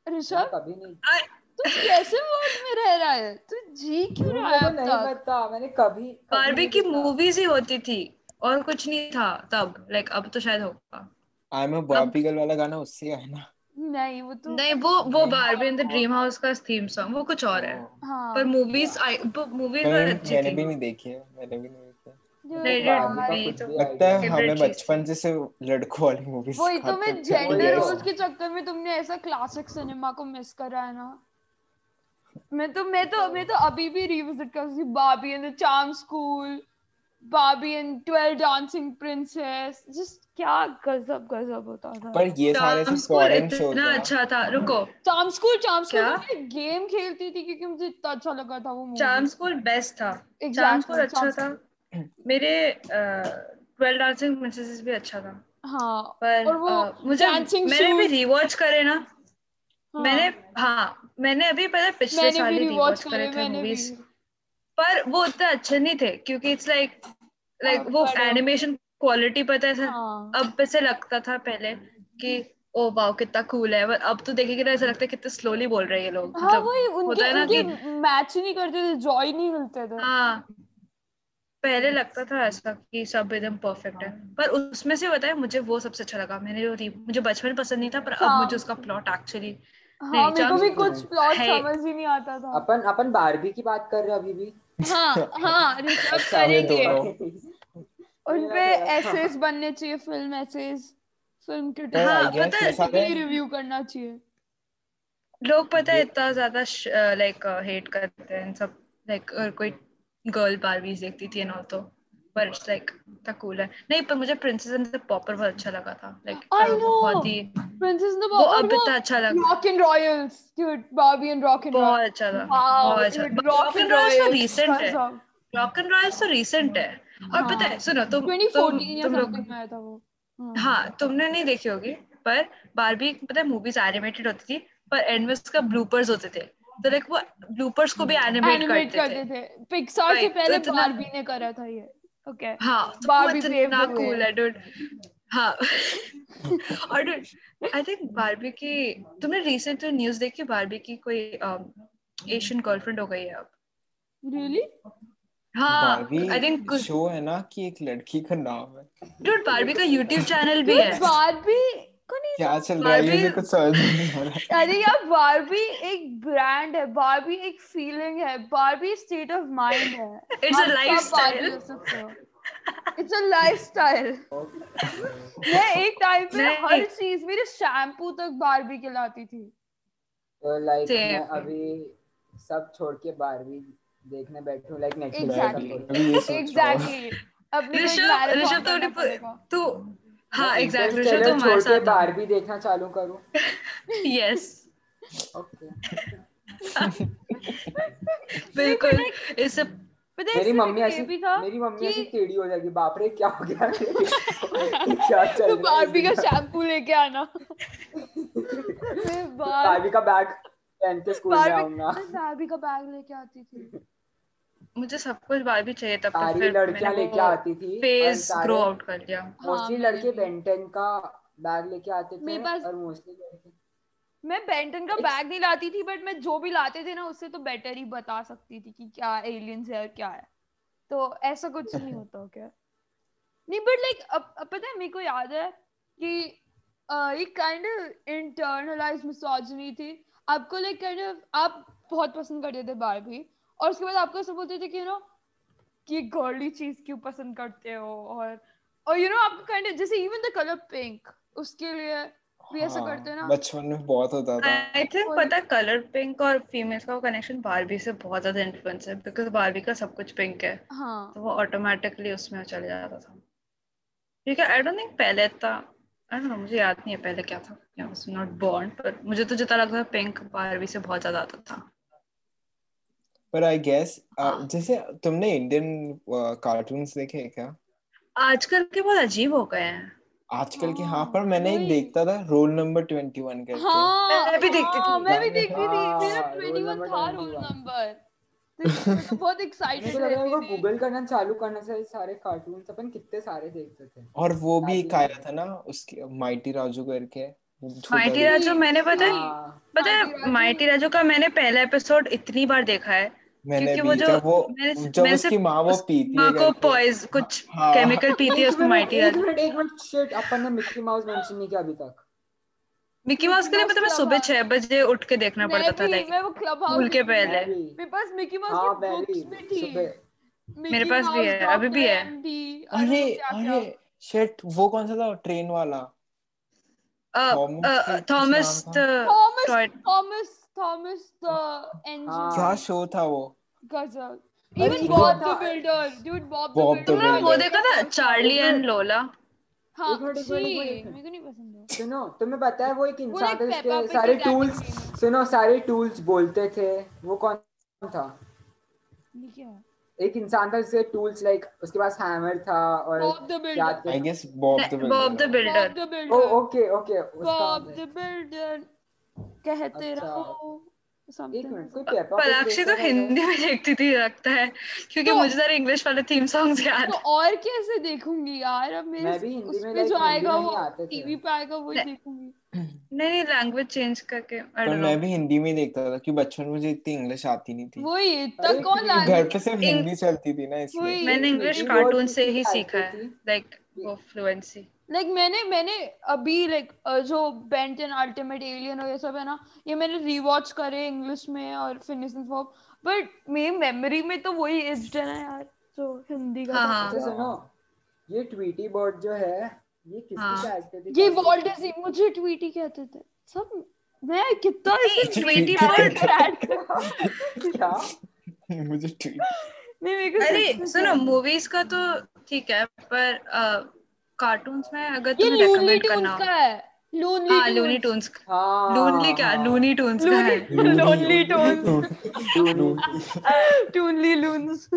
[SPEAKER 1] मैं
[SPEAKER 3] ऋषभ
[SPEAKER 1] कभी नहीं
[SPEAKER 3] तू कैसे वर्ल्ड में रह रहा है तू जी क्यों रहा है
[SPEAKER 1] मेरे को तो
[SPEAKER 3] अब
[SPEAKER 1] नहीं
[SPEAKER 3] तक
[SPEAKER 1] पता मैंने कभी कभी
[SPEAKER 2] बारबी
[SPEAKER 1] नहीं
[SPEAKER 2] की
[SPEAKER 1] देखा।
[SPEAKER 2] मूवीज ही होती थी और कुछ नहीं था तब लाइक अब तो शायद होगा
[SPEAKER 4] आई एम अ बॉबी गर्ल वाला गाना उससे है ना
[SPEAKER 3] नहीं वो तो
[SPEAKER 2] नहीं वो वो Barbie and the Dream House का थीम सॉन्ग वो कुछ और है
[SPEAKER 3] हाँ
[SPEAKER 2] पर मूवीज मूवीज
[SPEAKER 4] मैंने
[SPEAKER 2] बहुत अच्छी
[SPEAKER 4] मैंने भी
[SPEAKER 2] थी
[SPEAKER 4] नहीं देखी है मैंने भी नहीं देखी है।
[SPEAKER 3] जो
[SPEAKER 2] नहीं,
[SPEAKER 3] बार-
[SPEAKER 1] बारबी का
[SPEAKER 2] नहीं,
[SPEAKER 1] कुछ
[SPEAKER 2] तो-
[SPEAKER 1] भी
[SPEAKER 4] लगता
[SPEAKER 1] idea
[SPEAKER 4] है
[SPEAKER 1] नहीं।
[SPEAKER 2] Favorite
[SPEAKER 4] हमें
[SPEAKER 2] चीज़
[SPEAKER 4] बचपन से सिर्फ लड़कों वाली मूवीज
[SPEAKER 3] वही तो मैं जेंडर
[SPEAKER 1] Yes.
[SPEAKER 3] रोल्स के चक्कर में तुमने ऐसा क्लासिक सिनेमा को मिस करा है ना मैं तो मैं तो मैं तो अभी भी रिविजिट कर सकती बाबी and the charm school Babi and 12 dancing princess just क्या गजब गजब होता था
[SPEAKER 4] पर ये सारे तो
[SPEAKER 2] Tom
[SPEAKER 4] सब
[SPEAKER 2] School
[SPEAKER 4] फॉरेन शो
[SPEAKER 2] तो इतना अच्छा था रुको
[SPEAKER 3] चार्म स्कूल चार्म स्कूल
[SPEAKER 2] क्या?
[SPEAKER 3] मैं गेम खेलती थी क्योंकि मुझे इतना अच्छा लगा था वो मूवी
[SPEAKER 2] चार्म स्कूल बेस्ट था चार्म स्कूल अच्छा था मेरे ट्वेल्व डांसिंग प्रिंसेस भी अच्छा था
[SPEAKER 3] हाँ
[SPEAKER 2] पर
[SPEAKER 3] और वो
[SPEAKER 2] अ, मुझे
[SPEAKER 3] dancing
[SPEAKER 2] मैंने भी
[SPEAKER 3] shoes-
[SPEAKER 2] रिवॉच करे ना
[SPEAKER 3] हाँ।
[SPEAKER 2] मैंने हाँ मैंने अभी पता पिछले
[SPEAKER 3] मैंने
[SPEAKER 2] साल
[SPEAKER 3] भी
[SPEAKER 2] ही
[SPEAKER 3] रिवॉच
[SPEAKER 2] रिवॉच
[SPEAKER 3] करे
[SPEAKER 2] करे थे
[SPEAKER 3] मैंने भी
[SPEAKER 2] मूवीज पर वो उतने अच्छे नहीं थे क्योंकि इट्स लाइक लाइक
[SPEAKER 3] अब
[SPEAKER 2] वो
[SPEAKER 3] बड़े-
[SPEAKER 2] एनिमेशन क्वालिटी पता है सर
[SPEAKER 3] हाँ
[SPEAKER 2] अब ऐसे लगता था पहले कि ओ वाओ कितना कूल है पर अब तो देखेंगे ना ऐसा लगता है कितना स्लोली बोल रहे हैं ये लोग
[SPEAKER 3] हाँ
[SPEAKER 2] मतलब
[SPEAKER 3] वही
[SPEAKER 2] होता
[SPEAKER 3] उनके
[SPEAKER 2] है ना
[SPEAKER 3] उनके
[SPEAKER 2] कि
[SPEAKER 3] मैच ही नहीं करते थे जॉय नहीं मिलते थे
[SPEAKER 2] हाँ पहले लगता था ऐसा कि सब एकदम परफेक्ट है पर उसमें से बताया मुझे वो सबसे अच्छा लगा मैंने जो री- मुझे बचपन में पसंद नहीं था पर अब
[SPEAKER 3] हाँ।
[SPEAKER 2] मुझे उसका प्लॉट एक्चुअली
[SPEAKER 3] हाँ
[SPEAKER 2] नहीं,
[SPEAKER 3] मेरे को
[SPEAKER 2] Charms
[SPEAKER 3] भी
[SPEAKER 1] School
[SPEAKER 3] कुछ प्लॉट
[SPEAKER 2] है।
[SPEAKER 3] समझ ही नहीं आता था
[SPEAKER 1] अपन अपन बारबी की बात कर रहे हैं अभी भी
[SPEAKER 3] हाँ हाँ रिसर्च
[SPEAKER 1] अच्छा, ये
[SPEAKER 3] करेंगे
[SPEAKER 4] दोनों।
[SPEAKER 3] उनपे एसेस बनने चाहिए फिल्म एसेस फिल्म
[SPEAKER 4] पर
[SPEAKER 2] हाँ,
[SPEAKER 4] आई
[SPEAKER 2] पता
[SPEAKER 4] गेस ये
[SPEAKER 2] है,
[SPEAKER 4] सारे
[SPEAKER 3] रिव्यू करना चाहिए
[SPEAKER 2] लोग पता है इतना ज्यादा लाइक हेट करते हैं इन सब लाइक और कोई गर्ल बारबीज देखती थी एंड ऑल तो पर इट्स लाइक इतना कूल है नहीं पर मुझे प्रिंसेस एंड द पॉपर बहुत अच्छा लगा था लाइक
[SPEAKER 3] I know!
[SPEAKER 2] बहुत ही
[SPEAKER 3] प्रिंसेस द
[SPEAKER 2] वो अब इतना अच्छा लगा
[SPEAKER 3] Rock and Royals dude Barbie and Rock and
[SPEAKER 2] बहुत अच्छा था बहुत अच्छा रॉक एंड रॉयल्स तो recent है रॉक एंड रॉयल्स तो रिसेंट है और
[SPEAKER 3] हाँ।
[SPEAKER 2] पता है सुनो तुम तुम
[SPEAKER 3] 2014 या
[SPEAKER 2] तुम लोग
[SPEAKER 3] समथिंग में आया था वो हाँ।
[SPEAKER 2] हाँ तुमने नहीं देखी होगी पर बारबी पता है मूवीज एनिमेटेड होती थी पर एंड में उसका ब्लूपर्स होते थे तो लाइक वो ब्लूपर्स को भी
[SPEAKER 3] Hmm.
[SPEAKER 2] एनिमेट
[SPEAKER 3] एनिमेट करते
[SPEAKER 2] थे
[SPEAKER 3] थे पिक्सार से
[SPEAKER 2] Right, तो
[SPEAKER 3] पहले
[SPEAKER 2] इतना-
[SPEAKER 3] बार्बी ने करा था ये ओके
[SPEAKER 2] हाँ तो वो
[SPEAKER 3] Barbie paved
[SPEAKER 2] इतना
[SPEAKER 3] the way.
[SPEAKER 2] कूल है dude हाँ और dude आई थिंक बारबी की तुमने रिसेंट न्यूज देखी बारबी की कोई एशियन गर्लफ्रेंड हो गई है अब
[SPEAKER 3] रियली
[SPEAKER 2] हाँ आई थिंक
[SPEAKER 4] बारबी शो है ना कि एक लड़की का नाम है
[SPEAKER 2] dude बारबी का यूट्यूब चैनल भी है
[SPEAKER 3] बार्बी को नहीं
[SPEAKER 4] क्या चल रहा है ये
[SPEAKER 2] Barbie-
[SPEAKER 4] मुझे कुछ समझ में नहीं आ रहा
[SPEAKER 3] अरे यार बार्बी एक ब्रांड है बार्बी एक फीलिंग है बार्बी स्टेट ऑफ माइंड है
[SPEAKER 2] it's a lifestyle
[SPEAKER 3] it's a lifestyle मैं एक टाइम पे
[SPEAKER 2] नहीं।
[SPEAKER 3] हर चीज मेरे शैम्पू तक बार्बी के लाती थी
[SPEAKER 1] तो लाइक
[SPEAKER 2] Same.
[SPEAKER 1] मैं अभी सब छोड़ के बारहवीं देखने बैठू लाइक नेटफ्लिक्स
[SPEAKER 3] Exactly.
[SPEAKER 4] अभी ये
[SPEAKER 2] ऋषभ
[SPEAKER 3] एग्जैक्टली अपने
[SPEAKER 4] सोच रहा हूँ
[SPEAKER 2] ऋषभ तो उन्हें पु- तो हाँ एग्जैक्टली ऋषभ तो हमारे
[SPEAKER 1] छोड़ के
[SPEAKER 2] साथ
[SPEAKER 1] बारहवीं देखना चालू करूं
[SPEAKER 2] यस
[SPEAKER 1] ओके
[SPEAKER 2] बिल्कुल इससे
[SPEAKER 3] but then
[SPEAKER 1] मेरी
[SPEAKER 3] इसमें
[SPEAKER 1] मम्मी
[SPEAKER 3] तो ये
[SPEAKER 1] ऐसी
[SPEAKER 3] भी था
[SPEAKER 1] मेरी मम्मी
[SPEAKER 3] कि-
[SPEAKER 1] ऐसी टेढ़ी हो जाएगी बाप रे क्या हो गया मेरे को? क्या चल रहा
[SPEAKER 3] तो
[SPEAKER 1] है
[SPEAKER 3] बारबी का
[SPEAKER 1] इस
[SPEAKER 3] शैम्पू लेके आना
[SPEAKER 1] दुनिया में?
[SPEAKER 3] मैं बार
[SPEAKER 1] बारबी का बैग पहन के स्कूल में
[SPEAKER 3] बारबी
[SPEAKER 1] आऊंगा
[SPEAKER 3] मैं बारबी का बैग लेके आती थी
[SPEAKER 2] मुझे सब कुछ बार भी चाहिए था पर
[SPEAKER 1] सारी
[SPEAKER 2] फिर
[SPEAKER 1] लड़कियां लेके आती थी और
[SPEAKER 2] फेज
[SPEAKER 1] सारे-
[SPEAKER 2] ग्रो आउट कर लिया
[SPEAKER 1] मोस्टली
[SPEAKER 3] हाँ, मैंने
[SPEAKER 1] लड़के
[SPEAKER 3] भी।
[SPEAKER 1] बेंटन का बैग लेके आते थे
[SPEAKER 3] मेरे पास-
[SPEAKER 1] और मोस्टली लड़के
[SPEAKER 3] मैं बेंटन का
[SPEAKER 1] एक-
[SPEAKER 3] बैग नहीं लाती थी बट मैं जो भी लाते थे ना उससे तो बेटर ही बता सकती थी कि क्या एलियंस है और क्या है तो ऐसा कुछ नहीं होता क्या नहीं बट लाइक अब अब पता है मेरे को याद है कि अ, ये काइंड ऑफ इंटरनलाइज मिसोजिनी थी आपको लाइक काइंड ऑफ आप बहुत पसंद करते थे बारबी और उसके बाद आपको सब बोलते थे कि यू नो कि गर्ली चीज क्यों पसंद करते हो और और यू नो आपको काइंड ऑफ जैसे इवन द कलर पिंक उसके लिए भी ऐसा
[SPEAKER 4] हाँ,
[SPEAKER 3] करते हैं ना।
[SPEAKER 4] बचपन में बहुत होता था
[SPEAKER 1] हाँ।
[SPEAKER 2] आई थिंक
[SPEAKER 3] और-
[SPEAKER 2] पता है कलर पिंक और फीमेल्स का बारबी से बहुत ज्यादा इन्फ्लुएंस है बिकॉज बारबी का सब कुछ पिंक है
[SPEAKER 3] हाँ
[SPEAKER 2] तो वो ऑटोमेटिकली उसमें चले जाता था ठीक है आई डोंट थिंक पहले था आई डोंट नो मुझे याद नहीं है पहले क्या था आई वाज नॉट बॉर्न पर मुझे तो जितना लगता था पिंक बारबी से बहुत ज्यादा आता था
[SPEAKER 4] पर आई गेस
[SPEAKER 2] हाँ।
[SPEAKER 4] uh, जैसे तुमने इंडियन कार्टून्स देखे हैं क्या
[SPEAKER 2] आजकल के बहुत अजीब हो गए हैं
[SPEAKER 4] आजकल के
[SPEAKER 3] हाँ,
[SPEAKER 4] हाँ पर मैंने एक
[SPEAKER 3] वही।
[SPEAKER 4] देखता था रोल नंबर 21 करके
[SPEAKER 3] हाँ
[SPEAKER 2] मैं भी देखती
[SPEAKER 3] हाँ,
[SPEAKER 2] थी।
[SPEAKER 3] मैं भी देखती थी
[SPEAKER 1] हाँ, रोल
[SPEAKER 3] मेरा 21
[SPEAKER 1] नंबर
[SPEAKER 3] था
[SPEAKER 1] 21
[SPEAKER 3] रोल नंबर तो मैं तो बहुत
[SPEAKER 1] मेरे
[SPEAKER 3] एक्साइटेड
[SPEAKER 1] को लग रहा है वो
[SPEAKER 3] रहती थी
[SPEAKER 1] गूगल करना चालू करने से सारे कार्टून अपन कितने सारे देखते थे
[SPEAKER 4] और वो भी एक
[SPEAKER 2] हाँ।
[SPEAKER 1] आदि-
[SPEAKER 4] आया था ना उसके माइटी राजू करके वो छोटा
[SPEAKER 2] माइटी
[SPEAKER 4] सा-
[SPEAKER 2] राजू मैंने पता है
[SPEAKER 3] हाँ,
[SPEAKER 2] पता
[SPEAKER 3] माइटी
[SPEAKER 2] है
[SPEAKER 3] राजू-
[SPEAKER 2] माइटी राजू का मैंने पहला एपिसोड इतनी बार देखा है
[SPEAKER 4] मैंने
[SPEAKER 2] क्योंकि
[SPEAKER 4] भी
[SPEAKER 2] वो जो-
[SPEAKER 4] जब वो
[SPEAKER 2] मैंने-
[SPEAKER 4] जब
[SPEAKER 2] मैंने
[SPEAKER 4] उसकी
[SPEAKER 2] सिर्फ
[SPEAKER 4] माँ वो
[SPEAKER 2] उस
[SPEAKER 4] पीती है
[SPEAKER 2] माँ को
[SPEAKER 4] करके।
[SPEAKER 2] पॉइज कुछ
[SPEAKER 4] हाँ।
[SPEAKER 2] केमिकल पीती
[SPEAKER 1] एक
[SPEAKER 2] है उसमें
[SPEAKER 1] मिनट
[SPEAKER 2] माइटी
[SPEAKER 1] एक
[SPEAKER 2] राजू
[SPEAKER 1] मिनट एक मिनट शिट अपन ने मिक्की माउस मेंशन नहीं किया अभी तक
[SPEAKER 2] मिकी माउस के लिए
[SPEAKER 3] Mouse
[SPEAKER 2] पता है मैं
[SPEAKER 3] Club
[SPEAKER 2] सुबह
[SPEAKER 3] House।
[SPEAKER 2] छह बजे उठ के देखना
[SPEAKER 3] मैं
[SPEAKER 2] पड़ता था
[SPEAKER 3] भी
[SPEAKER 2] like,
[SPEAKER 3] मैं वो क्लब हाउस
[SPEAKER 2] स्कूल के पहले
[SPEAKER 1] मैं भी-
[SPEAKER 3] मेरे पास मिकी माउस
[SPEAKER 1] हाँ
[SPEAKER 3] की
[SPEAKER 1] मैं
[SPEAKER 3] बुक्स
[SPEAKER 1] भी
[SPEAKER 3] भी थी
[SPEAKER 1] सुबह
[SPEAKER 3] मिकी
[SPEAKER 2] पास भी
[SPEAKER 3] माउस,
[SPEAKER 2] है, अभी भी
[SPEAKER 3] डॉक्टर
[SPEAKER 2] है।
[SPEAKER 3] एमडी, और
[SPEAKER 4] अरे
[SPEAKER 3] वो क्या-क्या।
[SPEAKER 4] अरे शिट वो कौन सा था ट्रेन वाला Thomas का
[SPEAKER 2] थॉमस
[SPEAKER 3] थॉमस
[SPEAKER 4] कुछ नाम
[SPEAKER 2] टॉय
[SPEAKER 3] थॉमस थॉमस द
[SPEAKER 1] हाँ।
[SPEAKER 4] क्या
[SPEAKER 3] इंजीनियर
[SPEAKER 4] शो था वो
[SPEAKER 3] गजब
[SPEAKER 1] अरे
[SPEAKER 3] इवन
[SPEAKER 1] एक
[SPEAKER 3] बॉब
[SPEAKER 1] वो
[SPEAKER 3] द
[SPEAKER 1] था-
[SPEAKER 3] builder dude Bob the
[SPEAKER 4] Bob the
[SPEAKER 3] builder
[SPEAKER 2] तुमने वो
[SPEAKER 4] Builder।
[SPEAKER 2] देखा था चार्ली एंड लोला
[SPEAKER 3] हाँ
[SPEAKER 1] एक मिनट, एक
[SPEAKER 3] छी
[SPEAKER 1] मिनट, एक मिनट, एक मिनट।
[SPEAKER 3] मेरे को नहीं पसंद है
[SPEAKER 1] सुनो तुम्हें पता है वो एक
[SPEAKER 3] वो
[SPEAKER 1] इंसान
[SPEAKER 3] like
[SPEAKER 1] था
[SPEAKER 3] Peppa
[SPEAKER 1] जिसके
[SPEAKER 3] Pig
[SPEAKER 1] सारे
[SPEAKER 3] की
[SPEAKER 1] टूल्स
[SPEAKER 3] category में।
[SPEAKER 1] सुनो सारे टूल्स बोलते थे वो कौन था
[SPEAKER 3] ये क्या है
[SPEAKER 1] एक इंसान था जिसके टूल्स लाइक उसके पास हैमर था और
[SPEAKER 3] बॉब द
[SPEAKER 1] क्या
[SPEAKER 3] बिल्डर
[SPEAKER 1] थे-
[SPEAKER 4] I guess Bob the
[SPEAKER 2] Bob the
[SPEAKER 4] builder
[SPEAKER 3] Bob
[SPEAKER 2] builder
[SPEAKER 3] the
[SPEAKER 1] oh
[SPEAKER 3] builder
[SPEAKER 1] okay okay उसका
[SPEAKER 3] बॉब
[SPEAKER 1] नाम
[SPEAKER 3] द बिल्डर कहते
[SPEAKER 1] अच्छा।
[SPEAKER 3] रहो
[SPEAKER 1] है। एक मिनट कोई
[SPEAKER 3] समथिंग
[SPEAKER 1] पेपा
[SPEAKER 2] पलाक्षी तो हिंदी में देखती थी लगता है क्योंकि
[SPEAKER 3] तो-
[SPEAKER 2] मुझे सारे इंग्लिश वाले थीम सॉन्ग्स याद
[SPEAKER 3] तो और कैसे देखूंगी यार अब मेरे
[SPEAKER 1] मैं भी हिंदी
[SPEAKER 3] उस
[SPEAKER 1] में
[SPEAKER 3] पे
[SPEAKER 1] like
[SPEAKER 3] जो
[SPEAKER 1] हिंदी
[SPEAKER 3] आएगा
[SPEAKER 1] में
[SPEAKER 3] वो
[SPEAKER 1] ही आते थे।
[SPEAKER 3] टीवी पे आएगा वो ही
[SPEAKER 2] नहीं।
[SPEAKER 3] देखूंगी
[SPEAKER 2] नहीं नहीं लैंग्वेज चेंज करके I
[SPEAKER 4] पर
[SPEAKER 2] don't
[SPEAKER 4] मैं
[SPEAKER 2] know.
[SPEAKER 4] भी हिंदी में ही देखता था क्योंकि बचपन में मुझे इतनी इंग्लिश आती नहीं थी
[SPEAKER 3] वो ये तक कौन
[SPEAKER 1] फिर
[SPEAKER 4] तो
[SPEAKER 3] लाएगा
[SPEAKER 4] घर पे सिर्फ
[SPEAKER 2] इंग-
[SPEAKER 4] हिंदी चलती थी ना इसलिए
[SPEAKER 3] वही।
[SPEAKER 2] मैंने इंग्लिश कार्टून से ही सीखा है लाइक वो फ्लुएंसी
[SPEAKER 3] लाइक मैंने मैंने अभी लाइक जो बेंटन अल्टीमेट एलियन और ये सब है ना ये मैंने रीवॉच करे इंग्लिश में और फिनिश एंड फॉर्म बट मेरी मेमोरी में तो वही इज्ड है ना यार जो हिंदी का
[SPEAKER 2] हाँ,
[SPEAKER 3] था।
[SPEAKER 2] हाँ।
[SPEAKER 1] अच्छा सुनो ये ट्वीटी बर्ड जो है ये किसकी
[SPEAKER 2] हाँ।
[SPEAKER 1] character थी?
[SPEAKER 3] ये
[SPEAKER 1] कौन सी
[SPEAKER 3] वॉल्ट
[SPEAKER 1] थी?
[SPEAKER 3] डिज्नी मुझे ट्वीटी कहते थे सब मैं कितना इसे
[SPEAKER 2] नहीं,
[SPEAKER 3] ट्वीटी
[SPEAKER 2] ट्वीटी
[SPEAKER 3] ट्रैक
[SPEAKER 4] पर-
[SPEAKER 3] कर-
[SPEAKER 1] क्या
[SPEAKER 4] मुझे ट्वीट
[SPEAKER 3] नहीं मेरे को
[SPEAKER 2] अरे
[SPEAKER 3] सच में
[SPEAKER 2] सुनो
[SPEAKER 3] समझ-
[SPEAKER 2] मूवीज का तो ठीक है पर कार्टून्स में अगर
[SPEAKER 3] ये
[SPEAKER 2] तुम्हें
[SPEAKER 3] लूनली
[SPEAKER 2] रेकमेंड करना
[SPEAKER 3] टून्स
[SPEAKER 2] हो
[SPEAKER 3] का है लूनली
[SPEAKER 2] हाँ लूनी टून्स
[SPEAKER 1] हाँ
[SPEAKER 2] लूनली क्या
[SPEAKER 1] हाँ।
[SPEAKER 2] लूनी टून्स का है
[SPEAKER 3] lonely tones
[SPEAKER 1] Luni
[SPEAKER 3] toonly loons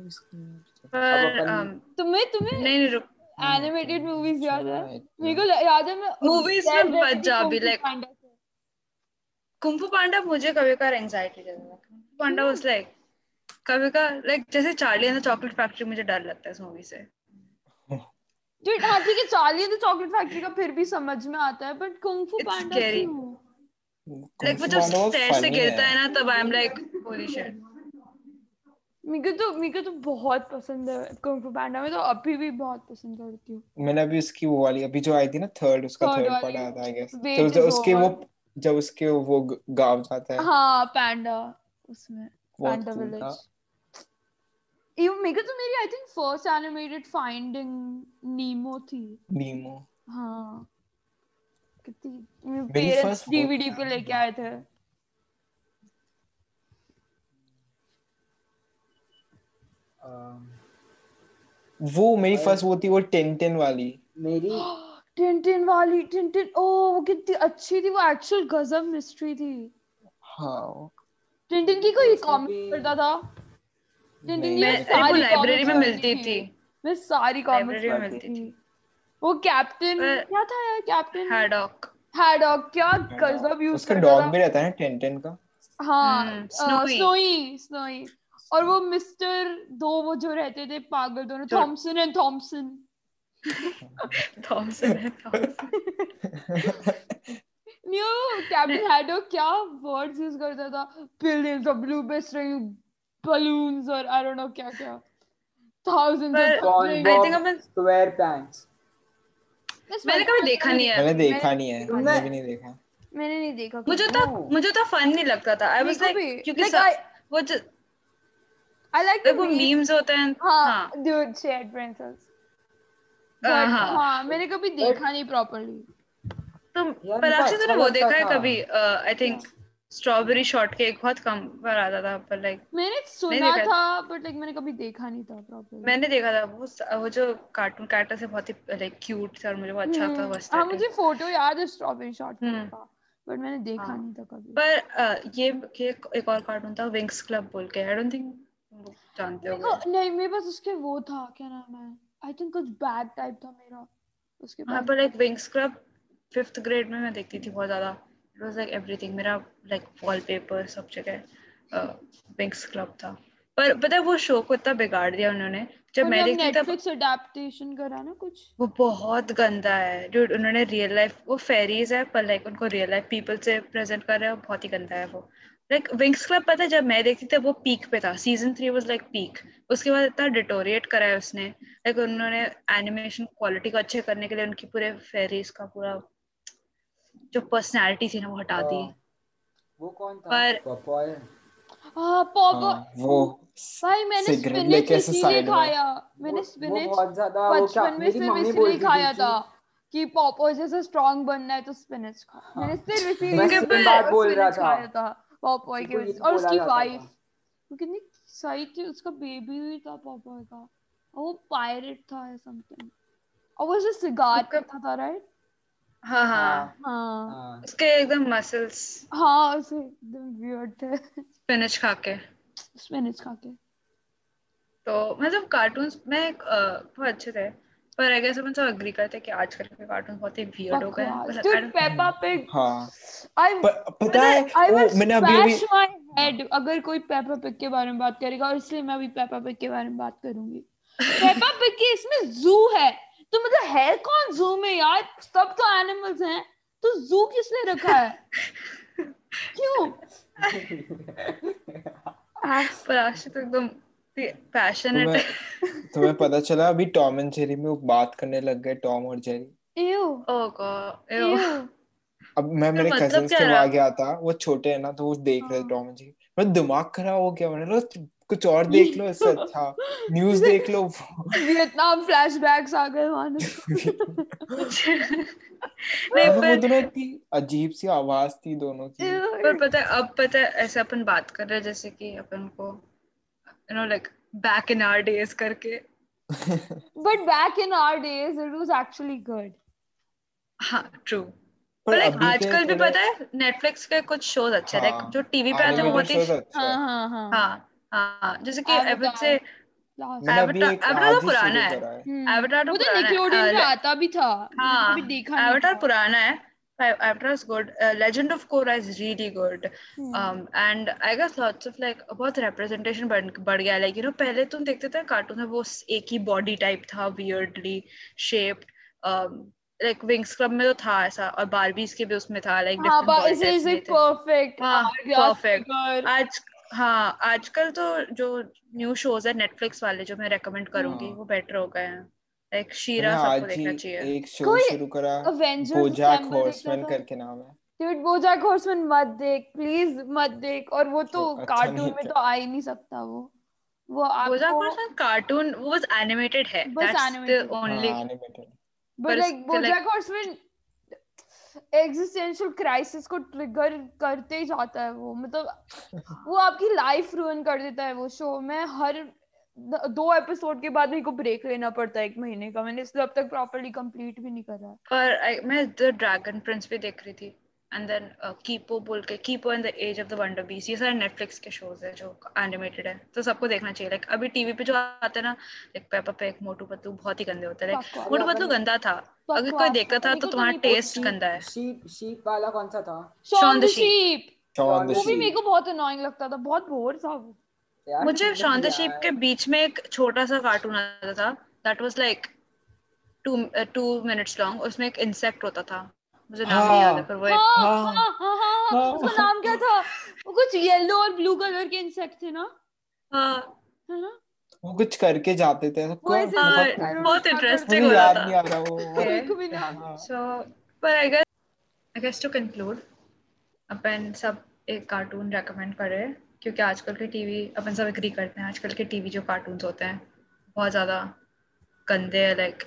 [SPEAKER 1] अब
[SPEAKER 2] पर
[SPEAKER 1] अपन-
[SPEAKER 2] um,
[SPEAKER 3] तुम्हें तुम्हें
[SPEAKER 2] नहीं नहीं रुक
[SPEAKER 3] एनिमेटेड मूवीज याद है तो मेरे को ल- याद है मैं
[SPEAKER 2] Movies
[SPEAKER 3] Red
[SPEAKER 2] में
[SPEAKER 3] Ready की
[SPEAKER 2] Punjabi,
[SPEAKER 3] Kung Fu
[SPEAKER 2] like-
[SPEAKER 3] Panda से।
[SPEAKER 2] कुंफू पांडा मुझे कभी कभार एंजाइटी देता था कुंफू पांडा वाज लाइक कभी कभार लाइक जैसे Charlie and the chocolate factory मुझे डर लगता है इस मूवी से
[SPEAKER 3] Dude, हाँ ठीक है Charlie and the chocolate factory का फिर भी समझ में आता है but kung fu
[SPEAKER 2] It's
[SPEAKER 3] panda
[SPEAKER 2] scary.
[SPEAKER 3] क्यों
[SPEAKER 2] लाइक वो जब स्टेयर से गिरता है ना तब I am like holy shit
[SPEAKER 3] मेरे को तो मेरे को तो बहुत पसंद है कुंग फू पांडा मैं तो अभी भी बहुत पसंद करती हूँ
[SPEAKER 4] मैंने अभी उसकी वो वाली अभी जो आई थी ना थर्ड उसका
[SPEAKER 3] Third
[SPEAKER 4] थर्ड
[SPEAKER 3] वाली।
[SPEAKER 4] पार्ट आया था आई गेस
[SPEAKER 3] Wait
[SPEAKER 4] जब
[SPEAKER 3] is
[SPEAKER 4] जब तो उसके वो
[SPEAKER 3] over.
[SPEAKER 4] जब उसके वो ग- गाँव जाता है
[SPEAKER 3] हाँ पैंडा उसमें
[SPEAKER 4] बहुत
[SPEAKER 3] Panda
[SPEAKER 4] cool था
[SPEAKER 3] Village. ये मेरे को तो मेरी I think first animated finding Nemo थी
[SPEAKER 4] नीमो
[SPEAKER 3] हाँ कितनी
[SPEAKER 4] मेरी
[SPEAKER 3] पेरेंट्स
[SPEAKER 4] first वो
[SPEAKER 3] डीवीडी
[SPEAKER 4] थी।
[SPEAKER 3] पे लेके आए थे
[SPEAKER 1] अम,
[SPEAKER 4] वो मेरी
[SPEAKER 1] और-
[SPEAKER 4] फर्स्ट वो थी वो टेन टेन वाली
[SPEAKER 1] मेरी
[SPEAKER 3] टिंटिन वाली टिंटिन ओ वो कितनी अच्छी थी वो एक्चुअल गजब मिस्ट्री थी
[SPEAKER 4] how
[SPEAKER 3] टिंटिन की कोई
[SPEAKER 1] उसमें
[SPEAKER 3] कॉमिक
[SPEAKER 1] भी-
[SPEAKER 3] करता था टिंटिन की
[SPEAKER 4] नहीं,
[SPEAKER 2] मैं
[SPEAKER 3] मैं
[SPEAKER 4] अरे
[SPEAKER 2] तेरे को
[SPEAKER 3] सारी
[SPEAKER 2] लाइब्रेरी में
[SPEAKER 3] comics
[SPEAKER 2] मिलती
[SPEAKER 3] पढ़ती
[SPEAKER 2] थी
[SPEAKER 3] मैं सारी कॉमिक्स
[SPEAKER 2] Library में
[SPEAKER 3] पढ़ती
[SPEAKER 2] मिलती
[SPEAKER 3] थी वो कैप्टन
[SPEAKER 2] पर- हाँ।
[SPEAKER 3] क्या था यार कैप्टन
[SPEAKER 2] हैडॉक
[SPEAKER 3] हैडॉग क्या गजब यूज
[SPEAKER 4] उसका डॉग हाँ। भी रहता है ना टेंटन का
[SPEAKER 3] हाँ
[SPEAKER 2] हम्म, Snowy.
[SPEAKER 3] स्नोई स्नोई और वो मिस्टर दो वो जो रहते थे पागल दोनों
[SPEAKER 2] जो-
[SPEAKER 3] थॉमसन एंड थॉमसन
[SPEAKER 2] थॉमसन है थॉमसन
[SPEAKER 3] न्यू कैप्टन हैडॉग क्या वर्ड्स यूज करता था billions of blue blistering balloons और आई डोंट नो क्या क्या thousands
[SPEAKER 2] पर-
[SPEAKER 3] of something.
[SPEAKER 2] I
[SPEAKER 1] Bob-
[SPEAKER 2] think मैं
[SPEAKER 1] स्क्वायर पैंट्स
[SPEAKER 2] मैंने कभी देखा नहीं है
[SPEAKER 4] मैंने देखा नहीं है हमने भी नहीं देखा
[SPEAKER 3] मैंने नहीं देखा
[SPEAKER 2] मुझे तो मुझे तो फन नहीं लगता था आई वाज
[SPEAKER 3] मेरे को
[SPEAKER 2] लाइक
[SPEAKER 3] भी।
[SPEAKER 2] क्योंकि
[SPEAKER 3] Like,
[SPEAKER 2] सब-
[SPEAKER 3] I-
[SPEAKER 2] वो जो
[SPEAKER 3] आई लाइक
[SPEAKER 2] वो मीम्स होते हैं हाँ
[SPEAKER 3] हाँ dude शेड princess
[SPEAKER 2] हाँ,
[SPEAKER 3] But,
[SPEAKER 2] हाँ।
[SPEAKER 3] हाँ मैंने कभी देखा नहीं प्रॉपर्ली तो
[SPEAKER 2] तुम
[SPEAKER 1] यार,
[SPEAKER 2] पर
[SPEAKER 1] मेरे को
[SPEAKER 2] आपसे
[SPEAKER 1] अच्छा
[SPEAKER 2] तूने तो वो
[SPEAKER 1] लगता
[SPEAKER 2] देखा है
[SPEAKER 1] था।
[SPEAKER 2] कभी I think strawberry shortcake बहुत कम पर आता था पर लाइक
[SPEAKER 3] मैंने तो सुना
[SPEAKER 2] देखा।
[SPEAKER 3] था बट लाइक मैंने कभी देखा नहीं था प्रॉपर्ली
[SPEAKER 2] मैंने देखा था वो वो जो कार्टून कैरेक्टर से बहुत ही लाइक क्यूट था और मुझे बहुत अच्छा था वो
[SPEAKER 3] हाँ
[SPEAKER 2] aesthetic।
[SPEAKER 3] मुझे फोटो याद है स्ट्रॉबेरी शॉट
[SPEAKER 2] हम्म।
[SPEAKER 3] का बट मैंने देखा
[SPEAKER 2] हाँ।
[SPEAKER 3] नहीं था कभी
[SPEAKER 2] पर अ, ये ये एक और कार्टून था विंग्स क्लब बोल के आई डोंट थिंक जानते
[SPEAKER 3] मेरे
[SPEAKER 2] होगे
[SPEAKER 3] को- नहीं मेरे पास उसके वो था क्या नाम है आई थिंक कुछ बैग टाइप था मेरा उसके
[SPEAKER 2] हाँ
[SPEAKER 3] पास
[SPEAKER 2] पर like Winx club fifth grade में मैं देखती थी बहुत ज़्यादा इट वाज लाइक एवरीथिंग मेरा लाइक वॉलपेपर सब जगह विंग्स क्लब था पर पता है वो शो को इतना बिगाड़ दिया उन्होंने जब मैं देखती तब
[SPEAKER 3] नेटफ्लिक्स अडैप्टेशन करा ना कुछ
[SPEAKER 2] वो बहुत गंदा है जो उन्होंने रियल लाइफ वो फेरीज है पर लाइक उनको रियल लाइफ पीपल से प्रेजेंट कर रहे हैं बहुत ही गंदा है वो लाइक विंग्स क्लब पता है जब मैं देखती थी वो पीक पे था season three was like peak उसके बाद इतना डिटोरिएट करा है उसने लाइक उन्होंने एनिमेशन क्वालिटी को अच्छे करने के लिए उनकी पूरे फेरीज का पूरा जो पर्सनैलिटी थी ना वो हटा दी
[SPEAKER 1] हाँ। वो कौन था
[SPEAKER 2] पर-
[SPEAKER 1] पॉपॉय
[SPEAKER 3] हाँ पॉप
[SPEAKER 4] हाँ, वो
[SPEAKER 3] भाई मैंने
[SPEAKER 4] cigarette
[SPEAKER 3] स्पिनच
[SPEAKER 4] लेके ऐसे
[SPEAKER 3] इसीलिए
[SPEAKER 4] side में।
[SPEAKER 3] खाया मैंने
[SPEAKER 1] वो
[SPEAKER 3] स्पिनच
[SPEAKER 1] बहुत ज्यादा वो क्या
[SPEAKER 3] बचपन में
[SPEAKER 1] मेरी
[SPEAKER 3] सिर्फ
[SPEAKER 1] मम्मी
[SPEAKER 3] इसलिए
[SPEAKER 1] बोलती
[SPEAKER 3] खाया
[SPEAKER 1] थी
[SPEAKER 3] था कि पॉपो जैसे स्ट्रांग बनना है तो स्पिनच खा
[SPEAKER 1] हाँ।
[SPEAKER 3] मैंने सिर्फ
[SPEAKER 1] मैं
[SPEAKER 3] इसीलिए
[SPEAKER 2] इसके
[SPEAKER 3] स्पिनच
[SPEAKER 2] बाद
[SPEAKER 3] और
[SPEAKER 1] बोल रहा
[SPEAKER 3] spinach
[SPEAKER 1] था।
[SPEAKER 3] खाया था पॉपो की
[SPEAKER 1] बिल्कुल
[SPEAKER 3] वजह
[SPEAKER 1] ये
[SPEAKER 3] से Oh और
[SPEAKER 1] बोला
[SPEAKER 3] उसकी
[SPEAKER 1] जाता
[SPEAKER 3] वाइफ
[SPEAKER 1] था।
[SPEAKER 3] वो कितनी सही थी उसका बेबी भी था पॉपो का और वो पायरेट था या समथिंग और वो जो सिगार
[SPEAKER 2] उसका-
[SPEAKER 3] करता था राइट
[SPEAKER 2] हाँ हाँ
[SPEAKER 1] हाँ,
[SPEAKER 3] हाँ
[SPEAKER 1] हाँ।
[SPEAKER 2] उसके एकदम मसल्स
[SPEAKER 3] हाँ उसे एकदम वियर्ड थे
[SPEAKER 2] स्पिनच खा के
[SPEAKER 3] स्पिनच खा के
[SPEAKER 2] तो मतलब कार्टून्स में एक, अ, बहुत अच्छे थे पर आई गेस अपन सब अग्री करते हैं कि आजकल के कार्टून बहुत ही वियर्ड हो गए हैं
[SPEAKER 3] बकवास
[SPEAKER 2] मतलब I
[SPEAKER 3] dude
[SPEAKER 2] don't-
[SPEAKER 3] Peppa Pig
[SPEAKER 4] हाँ
[SPEAKER 3] आई
[SPEAKER 4] प, पता है
[SPEAKER 3] आई
[SPEAKER 4] वो
[SPEAKER 3] विल
[SPEAKER 4] मैंने अभी अभी
[SPEAKER 3] स्मैश माय हेड अगर कोई पेपा पिग के बारे में बात करेगा और इसलिए मैं भी पेपा पिग के बारे में बात करूंगी पेपा पिग के इसमें जू है तो मतलब है कौन जू में यार सब तो एनिमल्स हैं तो जू किस लिए रखा है क्यों
[SPEAKER 2] पर आज तो एकदम पैशनेट
[SPEAKER 4] तुम्हें तुम्हें पता चला अभी टॉम एंड जेरी में वो बात करने लग गए टॉम और जेरी
[SPEAKER 3] एव
[SPEAKER 2] ओ गॉड
[SPEAKER 3] एव
[SPEAKER 4] अब मैं मेरे
[SPEAKER 2] मतलब
[SPEAKER 4] कजिन्स
[SPEAKER 2] क्या
[SPEAKER 4] के
[SPEAKER 2] रहा?
[SPEAKER 4] वहां गया था वो छोटे है ना तो वो देख रहे थे
[SPEAKER 3] हाँ।
[SPEAKER 4] टॉम एंड जेरी मेरा दिमाग खराब हो गया मैंने बोला कुछ और देख लो इससे अच्छा न्यूज देख लो
[SPEAKER 3] वियतनाम फ्लैशबैक्स आ गए मानो
[SPEAKER 2] नहीं
[SPEAKER 4] मतलब वो
[SPEAKER 2] पर
[SPEAKER 4] दोनों इतनी अजीब सी आवाज थी दोनों की
[SPEAKER 2] पर पता है अब पता है ऐसे अपन बात कर रहे हैं जैसे कि अपन को you know like back in our days करके
[SPEAKER 3] But back in our days, it was actually good.
[SPEAKER 2] हाँ ट्रू पर लाइक
[SPEAKER 4] अभी के
[SPEAKER 2] आजकल भी
[SPEAKER 4] थोड़े
[SPEAKER 2] पता है नेटफ्लिक्स के कुछ शोज अच्छे हैं
[SPEAKER 4] हाँ,
[SPEAKER 2] लाइक जो टीवी पे आते हैं वो बहुत
[SPEAKER 4] animated
[SPEAKER 2] ही
[SPEAKER 4] shows अच्छे हैं।
[SPEAKER 3] हाँ हाँ
[SPEAKER 2] हाँ हाँ जैसे कि
[SPEAKER 3] Avatar.
[SPEAKER 2] आई से
[SPEAKER 3] Last-
[SPEAKER 4] मैंने अभी
[SPEAKER 2] Avatar-
[SPEAKER 4] एक
[SPEAKER 2] Avatar तो
[SPEAKER 4] आधी
[SPEAKER 2] पुराना
[SPEAKER 4] शुरू
[SPEAKER 2] है।
[SPEAKER 4] करा है
[SPEAKER 3] हम्म,
[SPEAKER 2] Avatar तो
[SPEAKER 3] वो तो
[SPEAKER 2] पुराना है,
[SPEAKER 3] निकलोडियन
[SPEAKER 2] आ,
[SPEAKER 3] पे
[SPEAKER 2] ले-
[SPEAKER 3] आता भी था मैंने
[SPEAKER 2] हाँ,
[SPEAKER 3] कभी देखा नहीं
[SPEAKER 2] एवटार
[SPEAKER 3] था।
[SPEAKER 2] पुराना है Avatar is good legend of Korra is really good
[SPEAKER 3] hmm,
[SPEAKER 2] हाँ, and I guess lots of like बहुत रिप्रेजेंटेशन बढ़ गया लाइक यू नो पहले तुम देखते थे कार्टून में वो स- एक ही बॉडी टाइप था Um, weirdly shaped like Winx club में तो था ऐसा और बारबीज के भी उसमें था लाइक
[SPEAKER 3] हाँ बा इसे इसे perfect
[SPEAKER 2] हाँ,
[SPEAKER 3] hourglass
[SPEAKER 2] perfect.
[SPEAKER 3] figure.
[SPEAKER 2] आज हाँ आजकल तो जो न्यू शोज है नेटफ्लिक्स वाले जो मैं रेकमेंड करूंगी
[SPEAKER 4] हाँ।
[SPEAKER 2] वो बेटर हो गए हैं लाइक
[SPEAKER 4] मैंने
[SPEAKER 2] शीरा
[SPEAKER 4] हाँ, आज
[SPEAKER 2] सबको देखना
[SPEAKER 4] ही
[SPEAKER 2] चाहिए
[SPEAKER 4] एक शो
[SPEAKER 3] कोई
[SPEAKER 4] शुरू करा
[SPEAKER 3] Avengers
[SPEAKER 4] बोजैक
[SPEAKER 3] Assemble देखता
[SPEAKER 4] हॉर्समैन
[SPEAKER 3] था।
[SPEAKER 4] करके नाम है
[SPEAKER 3] Dude, BoJack Horseman मत देख, please मत देख। और वो तो
[SPEAKER 4] अच्छा
[SPEAKER 3] कार्टून
[SPEAKER 4] नहीं
[SPEAKER 3] में
[SPEAKER 4] था।
[SPEAKER 3] तो आ ही नहीं सकता वो। वो
[SPEAKER 2] बोजाक
[SPEAKER 3] आपको-
[SPEAKER 2] हॉर्समैन कार्टून वो बस एनिमेटेड है
[SPEAKER 3] बस
[SPEAKER 2] दैट्स द
[SPEAKER 3] animated,
[SPEAKER 2] ओनली
[SPEAKER 4] हाँ, एनिमेटेड
[SPEAKER 3] But
[SPEAKER 2] पर
[SPEAKER 3] like
[SPEAKER 2] इसके like-
[SPEAKER 3] BoJack Horseman existential crisis को ट्रिगर करते ही जाता है वो मतलब वो आपकी लाइफ रुइन कर देता है वो शो मैं हर द- दो एपिसोड के बाद मेरे को ब्रेक लेना पड़ता है एक महीने का मैंने इसलिए अब तक प्रॉपरली कंप्लीट भी नहीं करा है
[SPEAKER 2] और I- मैं द ड्रैगन प्रिंस भी देख रही थी एंड देन कीपो बोल के Kipo and the age of the wonder beasts ये सारे नेटफ्लिक्स के शोज है जो एनिमेटेड है तो सबको देखना चाहिए लाइक अभी टीवी पे जो आते हैं ना like Peppa pig Motu Patlu बहुत ही गंदे होते हैं लाइक मोटू पतलू गंदा था मतलब अगर कोई देखता था तो तुम्हारा टेस्ट गंदा है
[SPEAKER 1] शीप शीप वाला कौन सा था
[SPEAKER 3] Shaun
[SPEAKER 2] Shaun
[SPEAKER 3] the
[SPEAKER 2] the
[SPEAKER 3] sheep
[SPEAKER 4] Shaun the
[SPEAKER 3] वो भी
[SPEAKER 4] Sheep.
[SPEAKER 3] मेरे को बहुत अनोइंग लगता था बहुत बोर था वो
[SPEAKER 1] यार,
[SPEAKER 2] मुझे
[SPEAKER 1] मतलब
[SPEAKER 2] शॉन द
[SPEAKER 1] यार,
[SPEAKER 2] शीप के बीच में एक छोटा सा कार्टून आता था that was like two two minutes long उसमें एक इंसेक्ट होता था मुझे नाम नहीं याद है पर वो एक
[SPEAKER 3] हाँ
[SPEAKER 4] हाँ,
[SPEAKER 3] हाँ हाँ हाँ,
[SPEAKER 4] हाँ।
[SPEAKER 3] उसका नाम क्या था वो कुछ येलो और ब्लू कलर के इंसेक्ट थे ना
[SPEAKER 2] हाँ,
[SPEAKER 3] है ना
[SPEAKER 4] वो कुछ करके जाते थे
[SPEAKER 3] वो ऐसे
[SPEAKER 4] बहुत-
[SPEAKER 2] हाँ,
[SPEAKER 1] I
[SPEAKER 4] बहुत-
[SPEAKER 2] बहुत
[SPEAKER 3] don't remember.
[SPEAKER 2] इंटरेस्टिंग
[SPEAKER 4] मुझे
[SPEAKER 2] हो रहा था
[SPEAKER 4] याद नहीं आ रहा वो
[SPEAKER 2] Okay.
[SPEAKER 3] मेरे को भी ना
[SPEAKER 4] हाँ,
[SPEAKER 2] So, but I guess, I guess to conclude, अपन सब एक कार्टून रेकमेंड करें क्योंकि आजकल के टीवी अपन सब एग्री करते हैं आजकल के टीवी जो कार्टून्स होते हैं बहुत ज़्यादा गंदे हैं like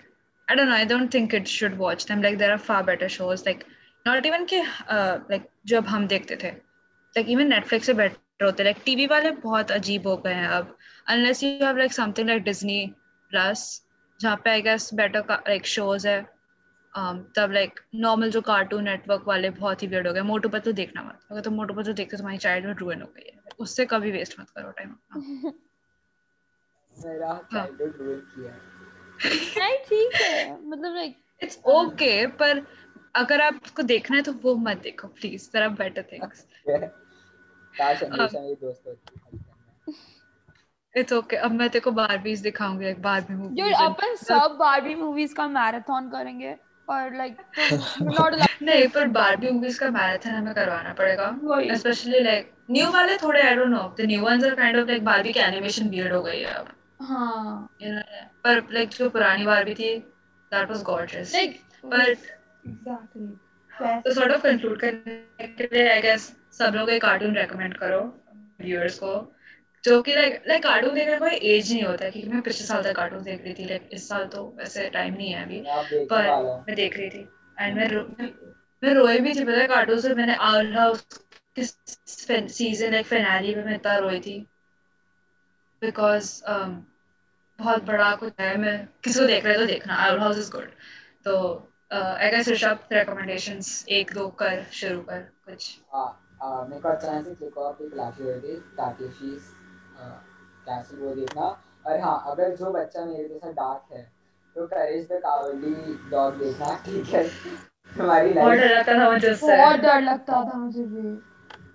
[SPEAKER 2] I don't know I don't think it should watch them like there are far better shows like not even कि लाइक जो अब हम देखते थे लाइक इवन नेटफ्लिक्स से बेटर होते लाइक टीवी वाले बहुत अजीब हो गए हैं अब unless you have like something like Disney plus जहाँ पे I guess better like shows है um, तब लाइक नॉर्मल जो कार्टून नेटवर्क वाले बहुत ही weird हो गए मोटू पतलू देखना मत अगर तुम मोटू पतलू देखते हो, तुम्हारी चाइल्डहुड ruin हो गई है उससे कभी वेस्ट मत करो टाइम अपना
[SPEAKER 1] मेरा
[SPEAKER 2] हाँ।
[SPEAKER 1] childhood ruin किया है।
[SPEAKER 3] नहीं ठीक है मतलब लाइक
[SPEAKER 2] इट्स ओके okay, पर अगर आपको देखना है तो वो मत देखो please there are better things
[SPEAKER 1] काश हमेशा
[SPEAKER 2] हाँ।
[SPEAKER 1] मेरे दोस्त होते।
[SPEAKER 2] इट्स ओके अब मैं तेरे को बारबीज दिखाऊंगी लाइक बारबी मूवी
[SPEAKER 3] यार अपन सब बारबी मूवीज का मैराथन करेंगे और तो लाइक तुम नॉट
[SPEAKER 2] नहीं पर बारबी मूवीज का मैराथन हमें करवाना
[SPEAKER 3] वही।
[SPEAKER 2] पड़ेगा स्पेशली लाइक न्यू वाले थोड़े I don't know the new ones are kind of like Barbie की एनिमेशन weird हो गई है अब
[SPEAKER 3] हाँ
[SPEAKER 2] इन्होंने- पर लाइक जो पुरानी बारबी थी दैट वाज गॉर्जियस
[SPEAKER 3] लाइक
[SPEAKER 2] पर
[SPEAKER 3] एग्जैक्टली
[SPEAKER 2] तो सॉर्ट ऑफ कंक्लूड करने के लिए आई गेस सब लोग एक कार्टून रेकमेंड करो व्यूअर्स को जो कि लाइक लाइक कार्टून देखने का कोई एज नहीं होता है, क्योंकि मैं पिछले साल तक कार्टून देख रही थी लाइक इस साल तो वैसे टाइम नहीं है अभी
[SPEAKER 1] मैं आप देखने
[SPEAKER 2] पर
[SPEAKER 1] वाला हूँ।
[SPEAKER 2] मैं देख रही थी एंड मैं रो- मैं- मैं रोई भी थी पता है कार्टून से मैंने owl house season like finale में मैं इतना रोई थी बिकॉज um, बहुत बड़ा कुछ है मैं किसको देख रहे तो देखना आउल हाउस इज गुड तो आई गेस ऋषभ recommendations एक दो कर शुरू कर कुछ
[SPEAKER 1] आ- आ, मेरे को अच्छा अचानक से एक और एक लाठी हो गई ताकि फीस कैसी वो देखना और हाँ अगर जो बच्चा मेरे जैसा डार्क है तो करेज द कावली डॉग देखना ठीक है तुम्हारी
[SPEAKER 2] बहुत
[SPEAKER 1] लाइफ
[SPEAKER 2] डर लगता था मुझे उससे
[SPEAKER 3] बहुत डर लगता था मुझे भी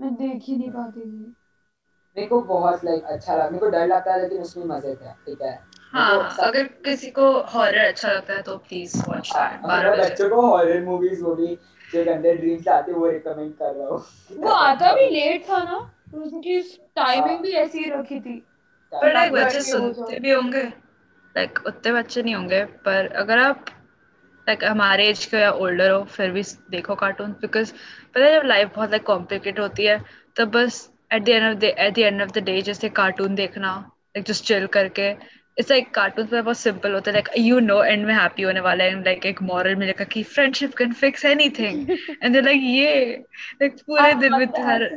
[SPEAKER 3] मैं देख ही नहीं पाती थी
[SPEAKER 1] मेरे को बहुत लाइक अच्छा लगा मेरे को डर लगता है लेकिन उसमें मजे थे ठीक है
[SPEAKER 2] हाँ
[SPEAKER 1] मेरे को सब-
[SPEAKER 2] अगर किसी को हॉरर अच्छा लगता है तो प्लीज वॉच दैट
[SPEAKER 1] हाँ,
[SPEAKER 2] बारह
[SPEAKER 1] मैं
[SPEAKER 2] बजे
[SPEAKER 1] बच्चों को हॉरर मूवीज वो भी जो गंदे ड्रीम्स आते हैं, वो रिकमेंड कर रहा हूँ
[SPEAKER 3] वो आता भी लेट था ना उनकी टाइमिंग भी ऐसी ही रखी थी
[SPEAKER 2] पर लाइक
[SPEAKER 3] डर
[SPEAKER 2] बच्चे
[SPEAKER 3] भी हो
[SPEAKER 2] सुनते भी होंगे लाइक उतने बच्चे नहीं होंगे पर अगर आप लाइक हमारे एज के या ओल्डर हो फिर भी देखो कार्टून बिकॉज पता है जब लाइफ बहुत लाइक कॉम्प्लिकेट होती है तो बस at the end of the at the end of the day जैसे कार्टून देखना लाइक जस्ट चिल करके इट्स लाइक कार्टून पर बहुत सिंपल होता है लाइक यू नो एंड में हैप्पी होने वाला है लाइक एक मॉरल मिलेगा कि friendship can fix anything and like ये लाइक पूरे दिन में तुम्हारा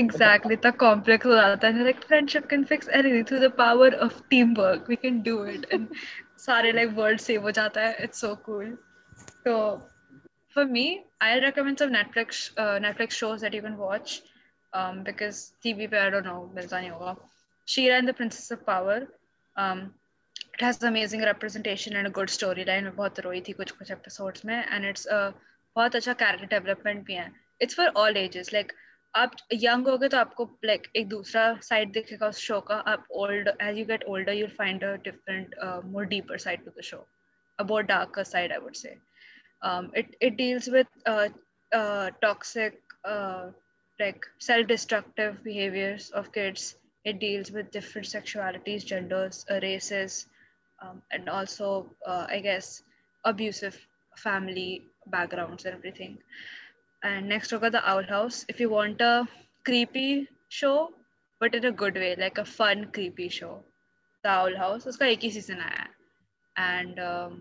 [SPEAKER 2] Exactly, the complex हो जाता है like friendship can fix anything through the power of teamwork. We can do it. And सारे like world save हो जाता है. It's so cool. So for me, I recommend some Netflix uh, Netflix shows that you can watch um, because TV पे I don't know मिलता नहीं होगा. Shira and the Princess of Power. Um, it has amazing representation and a good storyline. मैं बहुत रोई थी कुछ कुछ episodes में and it's uh, a बहुत अच्छा character development भी है. It's for all ages. Like आप यंग होगे तो आपको लाइक एक दूसरा साइड दिखेगा उस शो का आप old age you get older you find a different more deeper side to the show a more darker side I would say it it deals with toxic uh, like self-destructive behaviors of kids it deals with different sexualities genders uh, races um, and also uh, i guess abusive family backgrounds and everything and next we got the owl house if you want a creepy show but in a good way like a fun creepy show the owl house uska ek hi season aaya hai and um,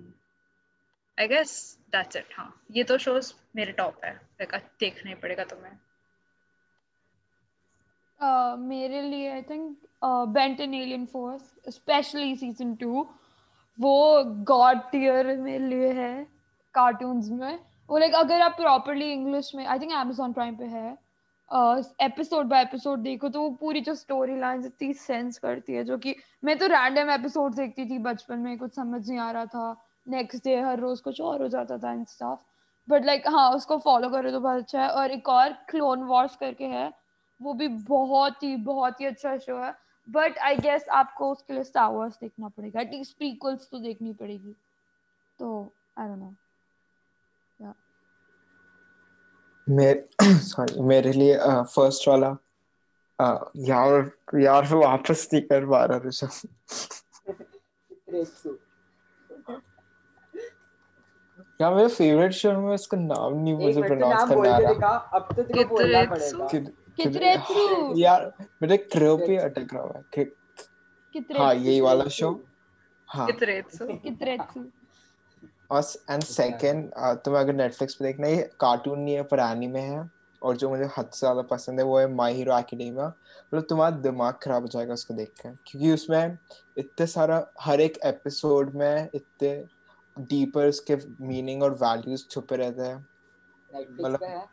[SPEAKER 2] i guess that's it हाँ ये तो shows मेरे top है like आज देखना ही पड़ेगा तुम्हें
[SPEAKER 3] Uh, मेरे लिए I think Benton alien force specially season two वो गॉड टियर मेरे लिए है कार्टून्स में वो लाइक अगर आप प्रॉपरली इंग्लिश में आई थिंक amazon प्राइम पे है एपिसोड बाय एपिसोड देखो तो वो पूरी जो स्टोरी लाइन इतनी सेंस करती है जो कि मैं तो रैंडम एपिसोड देखती थी बचपन में कुछ समझ नहीं आ रहा था नेक्स्ट डे हर रोज कुछ और हो जाता था एंड स्टफ बट लाइक हाँ उसको फॉलो करो तो बहुत अच्छा है और एक और क्लोन वॉर्स करके है वो भी बहुत ही बहुत ही अच्छा शो है बट आई गेस आपको उसके लिए स्टार वॉर्स देखना पड़ेगा एटलीस्ट प्रीक्वल्स तो देखनी पड़ेगी तो आई डोंट नो
[SPEAKER 4] मेरे सॉरी मेरे लिए फर्स्ट वाला uh, यार यार मैं वापस नहीं कर पा रहा ऋषभ यार मेरा फेवरेट शो में इसका नाम नहीं मुझे प्रोनाउंस करना आ रहा
[SPEAKER 1] अब तो तेरे को बोलना पड़ेगा
[SPEAKER 4] किद- किद-
[SPEAKER 3] कितरेत्सु
[SPEAKER 4] यार मेरे क्रो पे अटक रहा है कि- हाँ
[SPEAKER 3] कितरेत्सु
[SPEAKER 4] यही वाला शो हाँ
[SPEAKER 2] कितरेत्सु
[SPEAKER 3] कितरेत्सु
[SPEAKER 4] और एंड सेकंड तुम्हें अगर नेटफ्लिक्स पे देखना है, ये कार्टून नहीं है पर एनीमे है और जो मुझे हद से ज्यादा पसंद है वो है माय हीरो एकेडमिया मतलब तुम्हारा दिमाग खराब हो जाएगा उसको देख कर क्योंकि उसमें इतने सारा हर एक एपिसोड में इतने डीपर उसके मीनिंग और वैल्यूज छुपे रहते हैं
[SPEAKER 1] नेटफ्लिक्स
[SPEAKER 4] मतलब-
[SPEAKER 1] पे है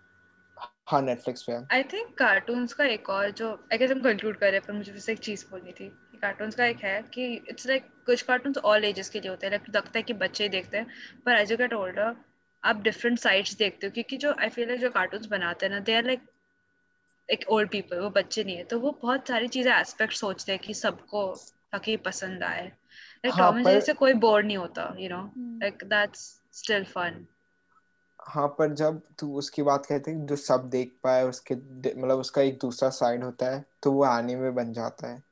[SPEAKER 4] हाँ नेटफ्लिक्स पे है
[SPEAKER 2] आई थिंक कार्टून्स का एक और जो आई गेस हम कंक्लूड कर रहे हैं पर मुझे फिर से एक चीज़ बोलनी थी कार्टून्स का एक है कि इट्स लाइक कुछ कार्टून्स ऑल एजेस के लिए होते हैं लाइक लगता है कि बच्चे ही देखते हैं पर एज यू गेट ओल्डर आप डिफरेंट साइड्स देखते हो क्योंकि जो आई फील लाइक जो कार्टून्स बनाते हैं ना दे आर लाइक एक ओल्ड पीपल वो बच्चे नहीं है तो वो बहुत सारी चीज़ें एस्पेक्ट सोचते हैं कि सबको ताकि पसंद आए लाइक
[SPEAKER 4] हाँ,
[SPEAKER 2] टॉम एंड
[SPEAKER 4] पर-
[SPEAKER 2] जेरी से कोई बोर नहीं होता you know
[SPEAKER 3] hmm.
[SPEAKER 2] Like that's still fun
[SPEAKER 4] हाँ पर जब तू उसकी बात करते हैं जो सब देख पाए उसके मतलब उसका एक दूसरा साइड होता है तो वो एनीमे बन जाता है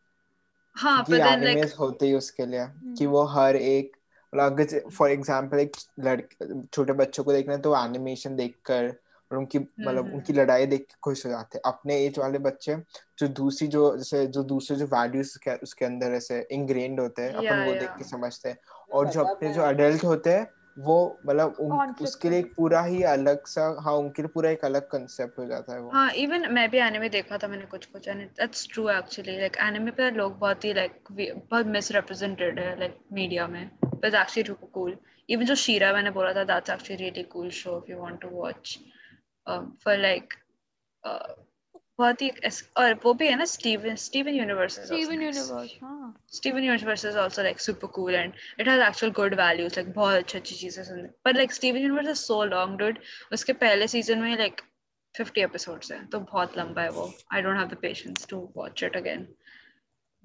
[SPEAKER 2] हाँ
[SPEAKER 4] क्योंकि
[SPEAKER 2] पर देन
[SPEAKER 4] एनिमेज
[SPEAKER 2] लाइक
[SPEAKER 4] होते ही उसके लिए
[SPEAKER 2] Hmm.
[SPEAKER 4] कि वो हर एक मतलब अगर फॉर एग्जांपल एक लड़के छोटे बच्चों को देखना है तो एनिमेशन देखकर और उनकी मतलब
[SPEAKER 2] हम्म।
[SPEAKER 4] उनकी लड़ाई देख के खुश हो जाते हैं अपने एज वाले बच्चे जो दूसरी जो जैसे जो दूसरे जो वैल्यूज उसके, उसके अंदर ऐसे इंग्रेन्ड होते हैं
[SPEAKER 2] Yeah,
[SPEAKER 4] अपन वो देख
[SPEAKER 2] yeah.
[SPEAKER 4] के समझते हैं और जो
[SPEAKER 1] पता
[SPEAKER 4] अपने
[SPEAKER 1] मैं-
[SPEAKER 4] जो अडल्ट होते हैं वो मतलब उन,
[SPEAKER 3] Conflict
[SPEAKER 4] उसके लिए एक पूरा ही अलग सा हाँ उनके लिए पूरा एक अलग कंसेप्ट हो जाता है वो
[SPEAKER 2] हाँ इवन मैं भी एनिमे देखा था मैंने कुछ कुछ and that's true actually like anime पे लोग बहुत ही लाइक बहुत मिसरिप्रेजेंटेड है लाइक मीडिया में but actually too cool even जो शीरा मैंने बोला था that's actually really cool show if you want to watch for like uh, बहुत ही ऐस- और वो भी है ना Steven Steven Universe
[SPEAKER 3] Steven Universe हाँ
[SPEAKER 2] Steven Universe is also like super cool and it has actual good values like बहुत अच्छी अच्छी चीजें सुन but like Steven Universe is so long dude उसके पहले season में like 50 episodes हैं तो बहुत लंबा है वो I don't have the patience to watch it again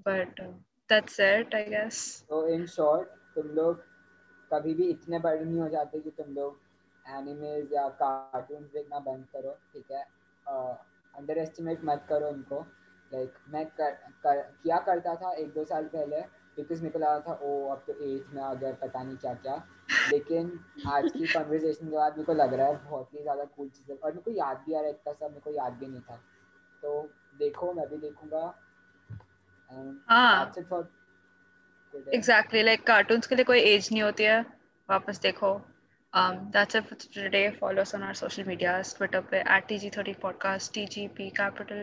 [SPEAKER 2] but uh, that's it I guess
[SPEAKER 1] तो इन शॉर्ट तुम लोग कभी भी इतने बड़े नहीं हो जाते कि तुम लोग एनिमेज या कार्टून देखना बंद करो ठीक है अंडर एस्टिमेट मत करो इनको लाइक मैं कर, कर, किया करता था एक दो साल पहले बिकॉज मेरे को लगा था ओ अब तो एज में आ गया पता नहीं क्या क्या लेकिन आज की कॉन्वर्जेसन के बाद मेरे को लग रहा है बहुत ही ज़्यादा कूल चीज़ें और मेरे को याद भी आ रहा है इतना सब मेरे को याद भी नहीं था तो देखो मैं भी देखूंगा And
[SPEAKER 2] हाँ
[SPEAKER 1] that's it for today.
[SPEAKER 2] exactly like cartoons के लिए कोई age नहीं होती है वापस देखो um that's it for today follow us on our social medias twitter पे at tg13 podcast tgp capital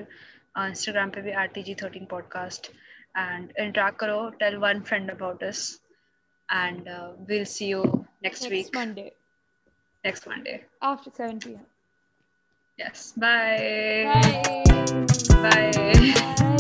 [SPEAKER 2] uh, instagram पे भी at tg13 podcast and interact करो tell one friend about us and uh, we'll see you next
[SPEAKER 3] next
[SPEAKER 2] week
[SPEAKER 3] Monday
[SPEAKER 2] next monday
[SPEAKER 3] after 7 PM
[SPEAKER 2] yes bye
[SPEAKER 3] bye
[SPEAKER 2] bye
[SPEAKER 3] bye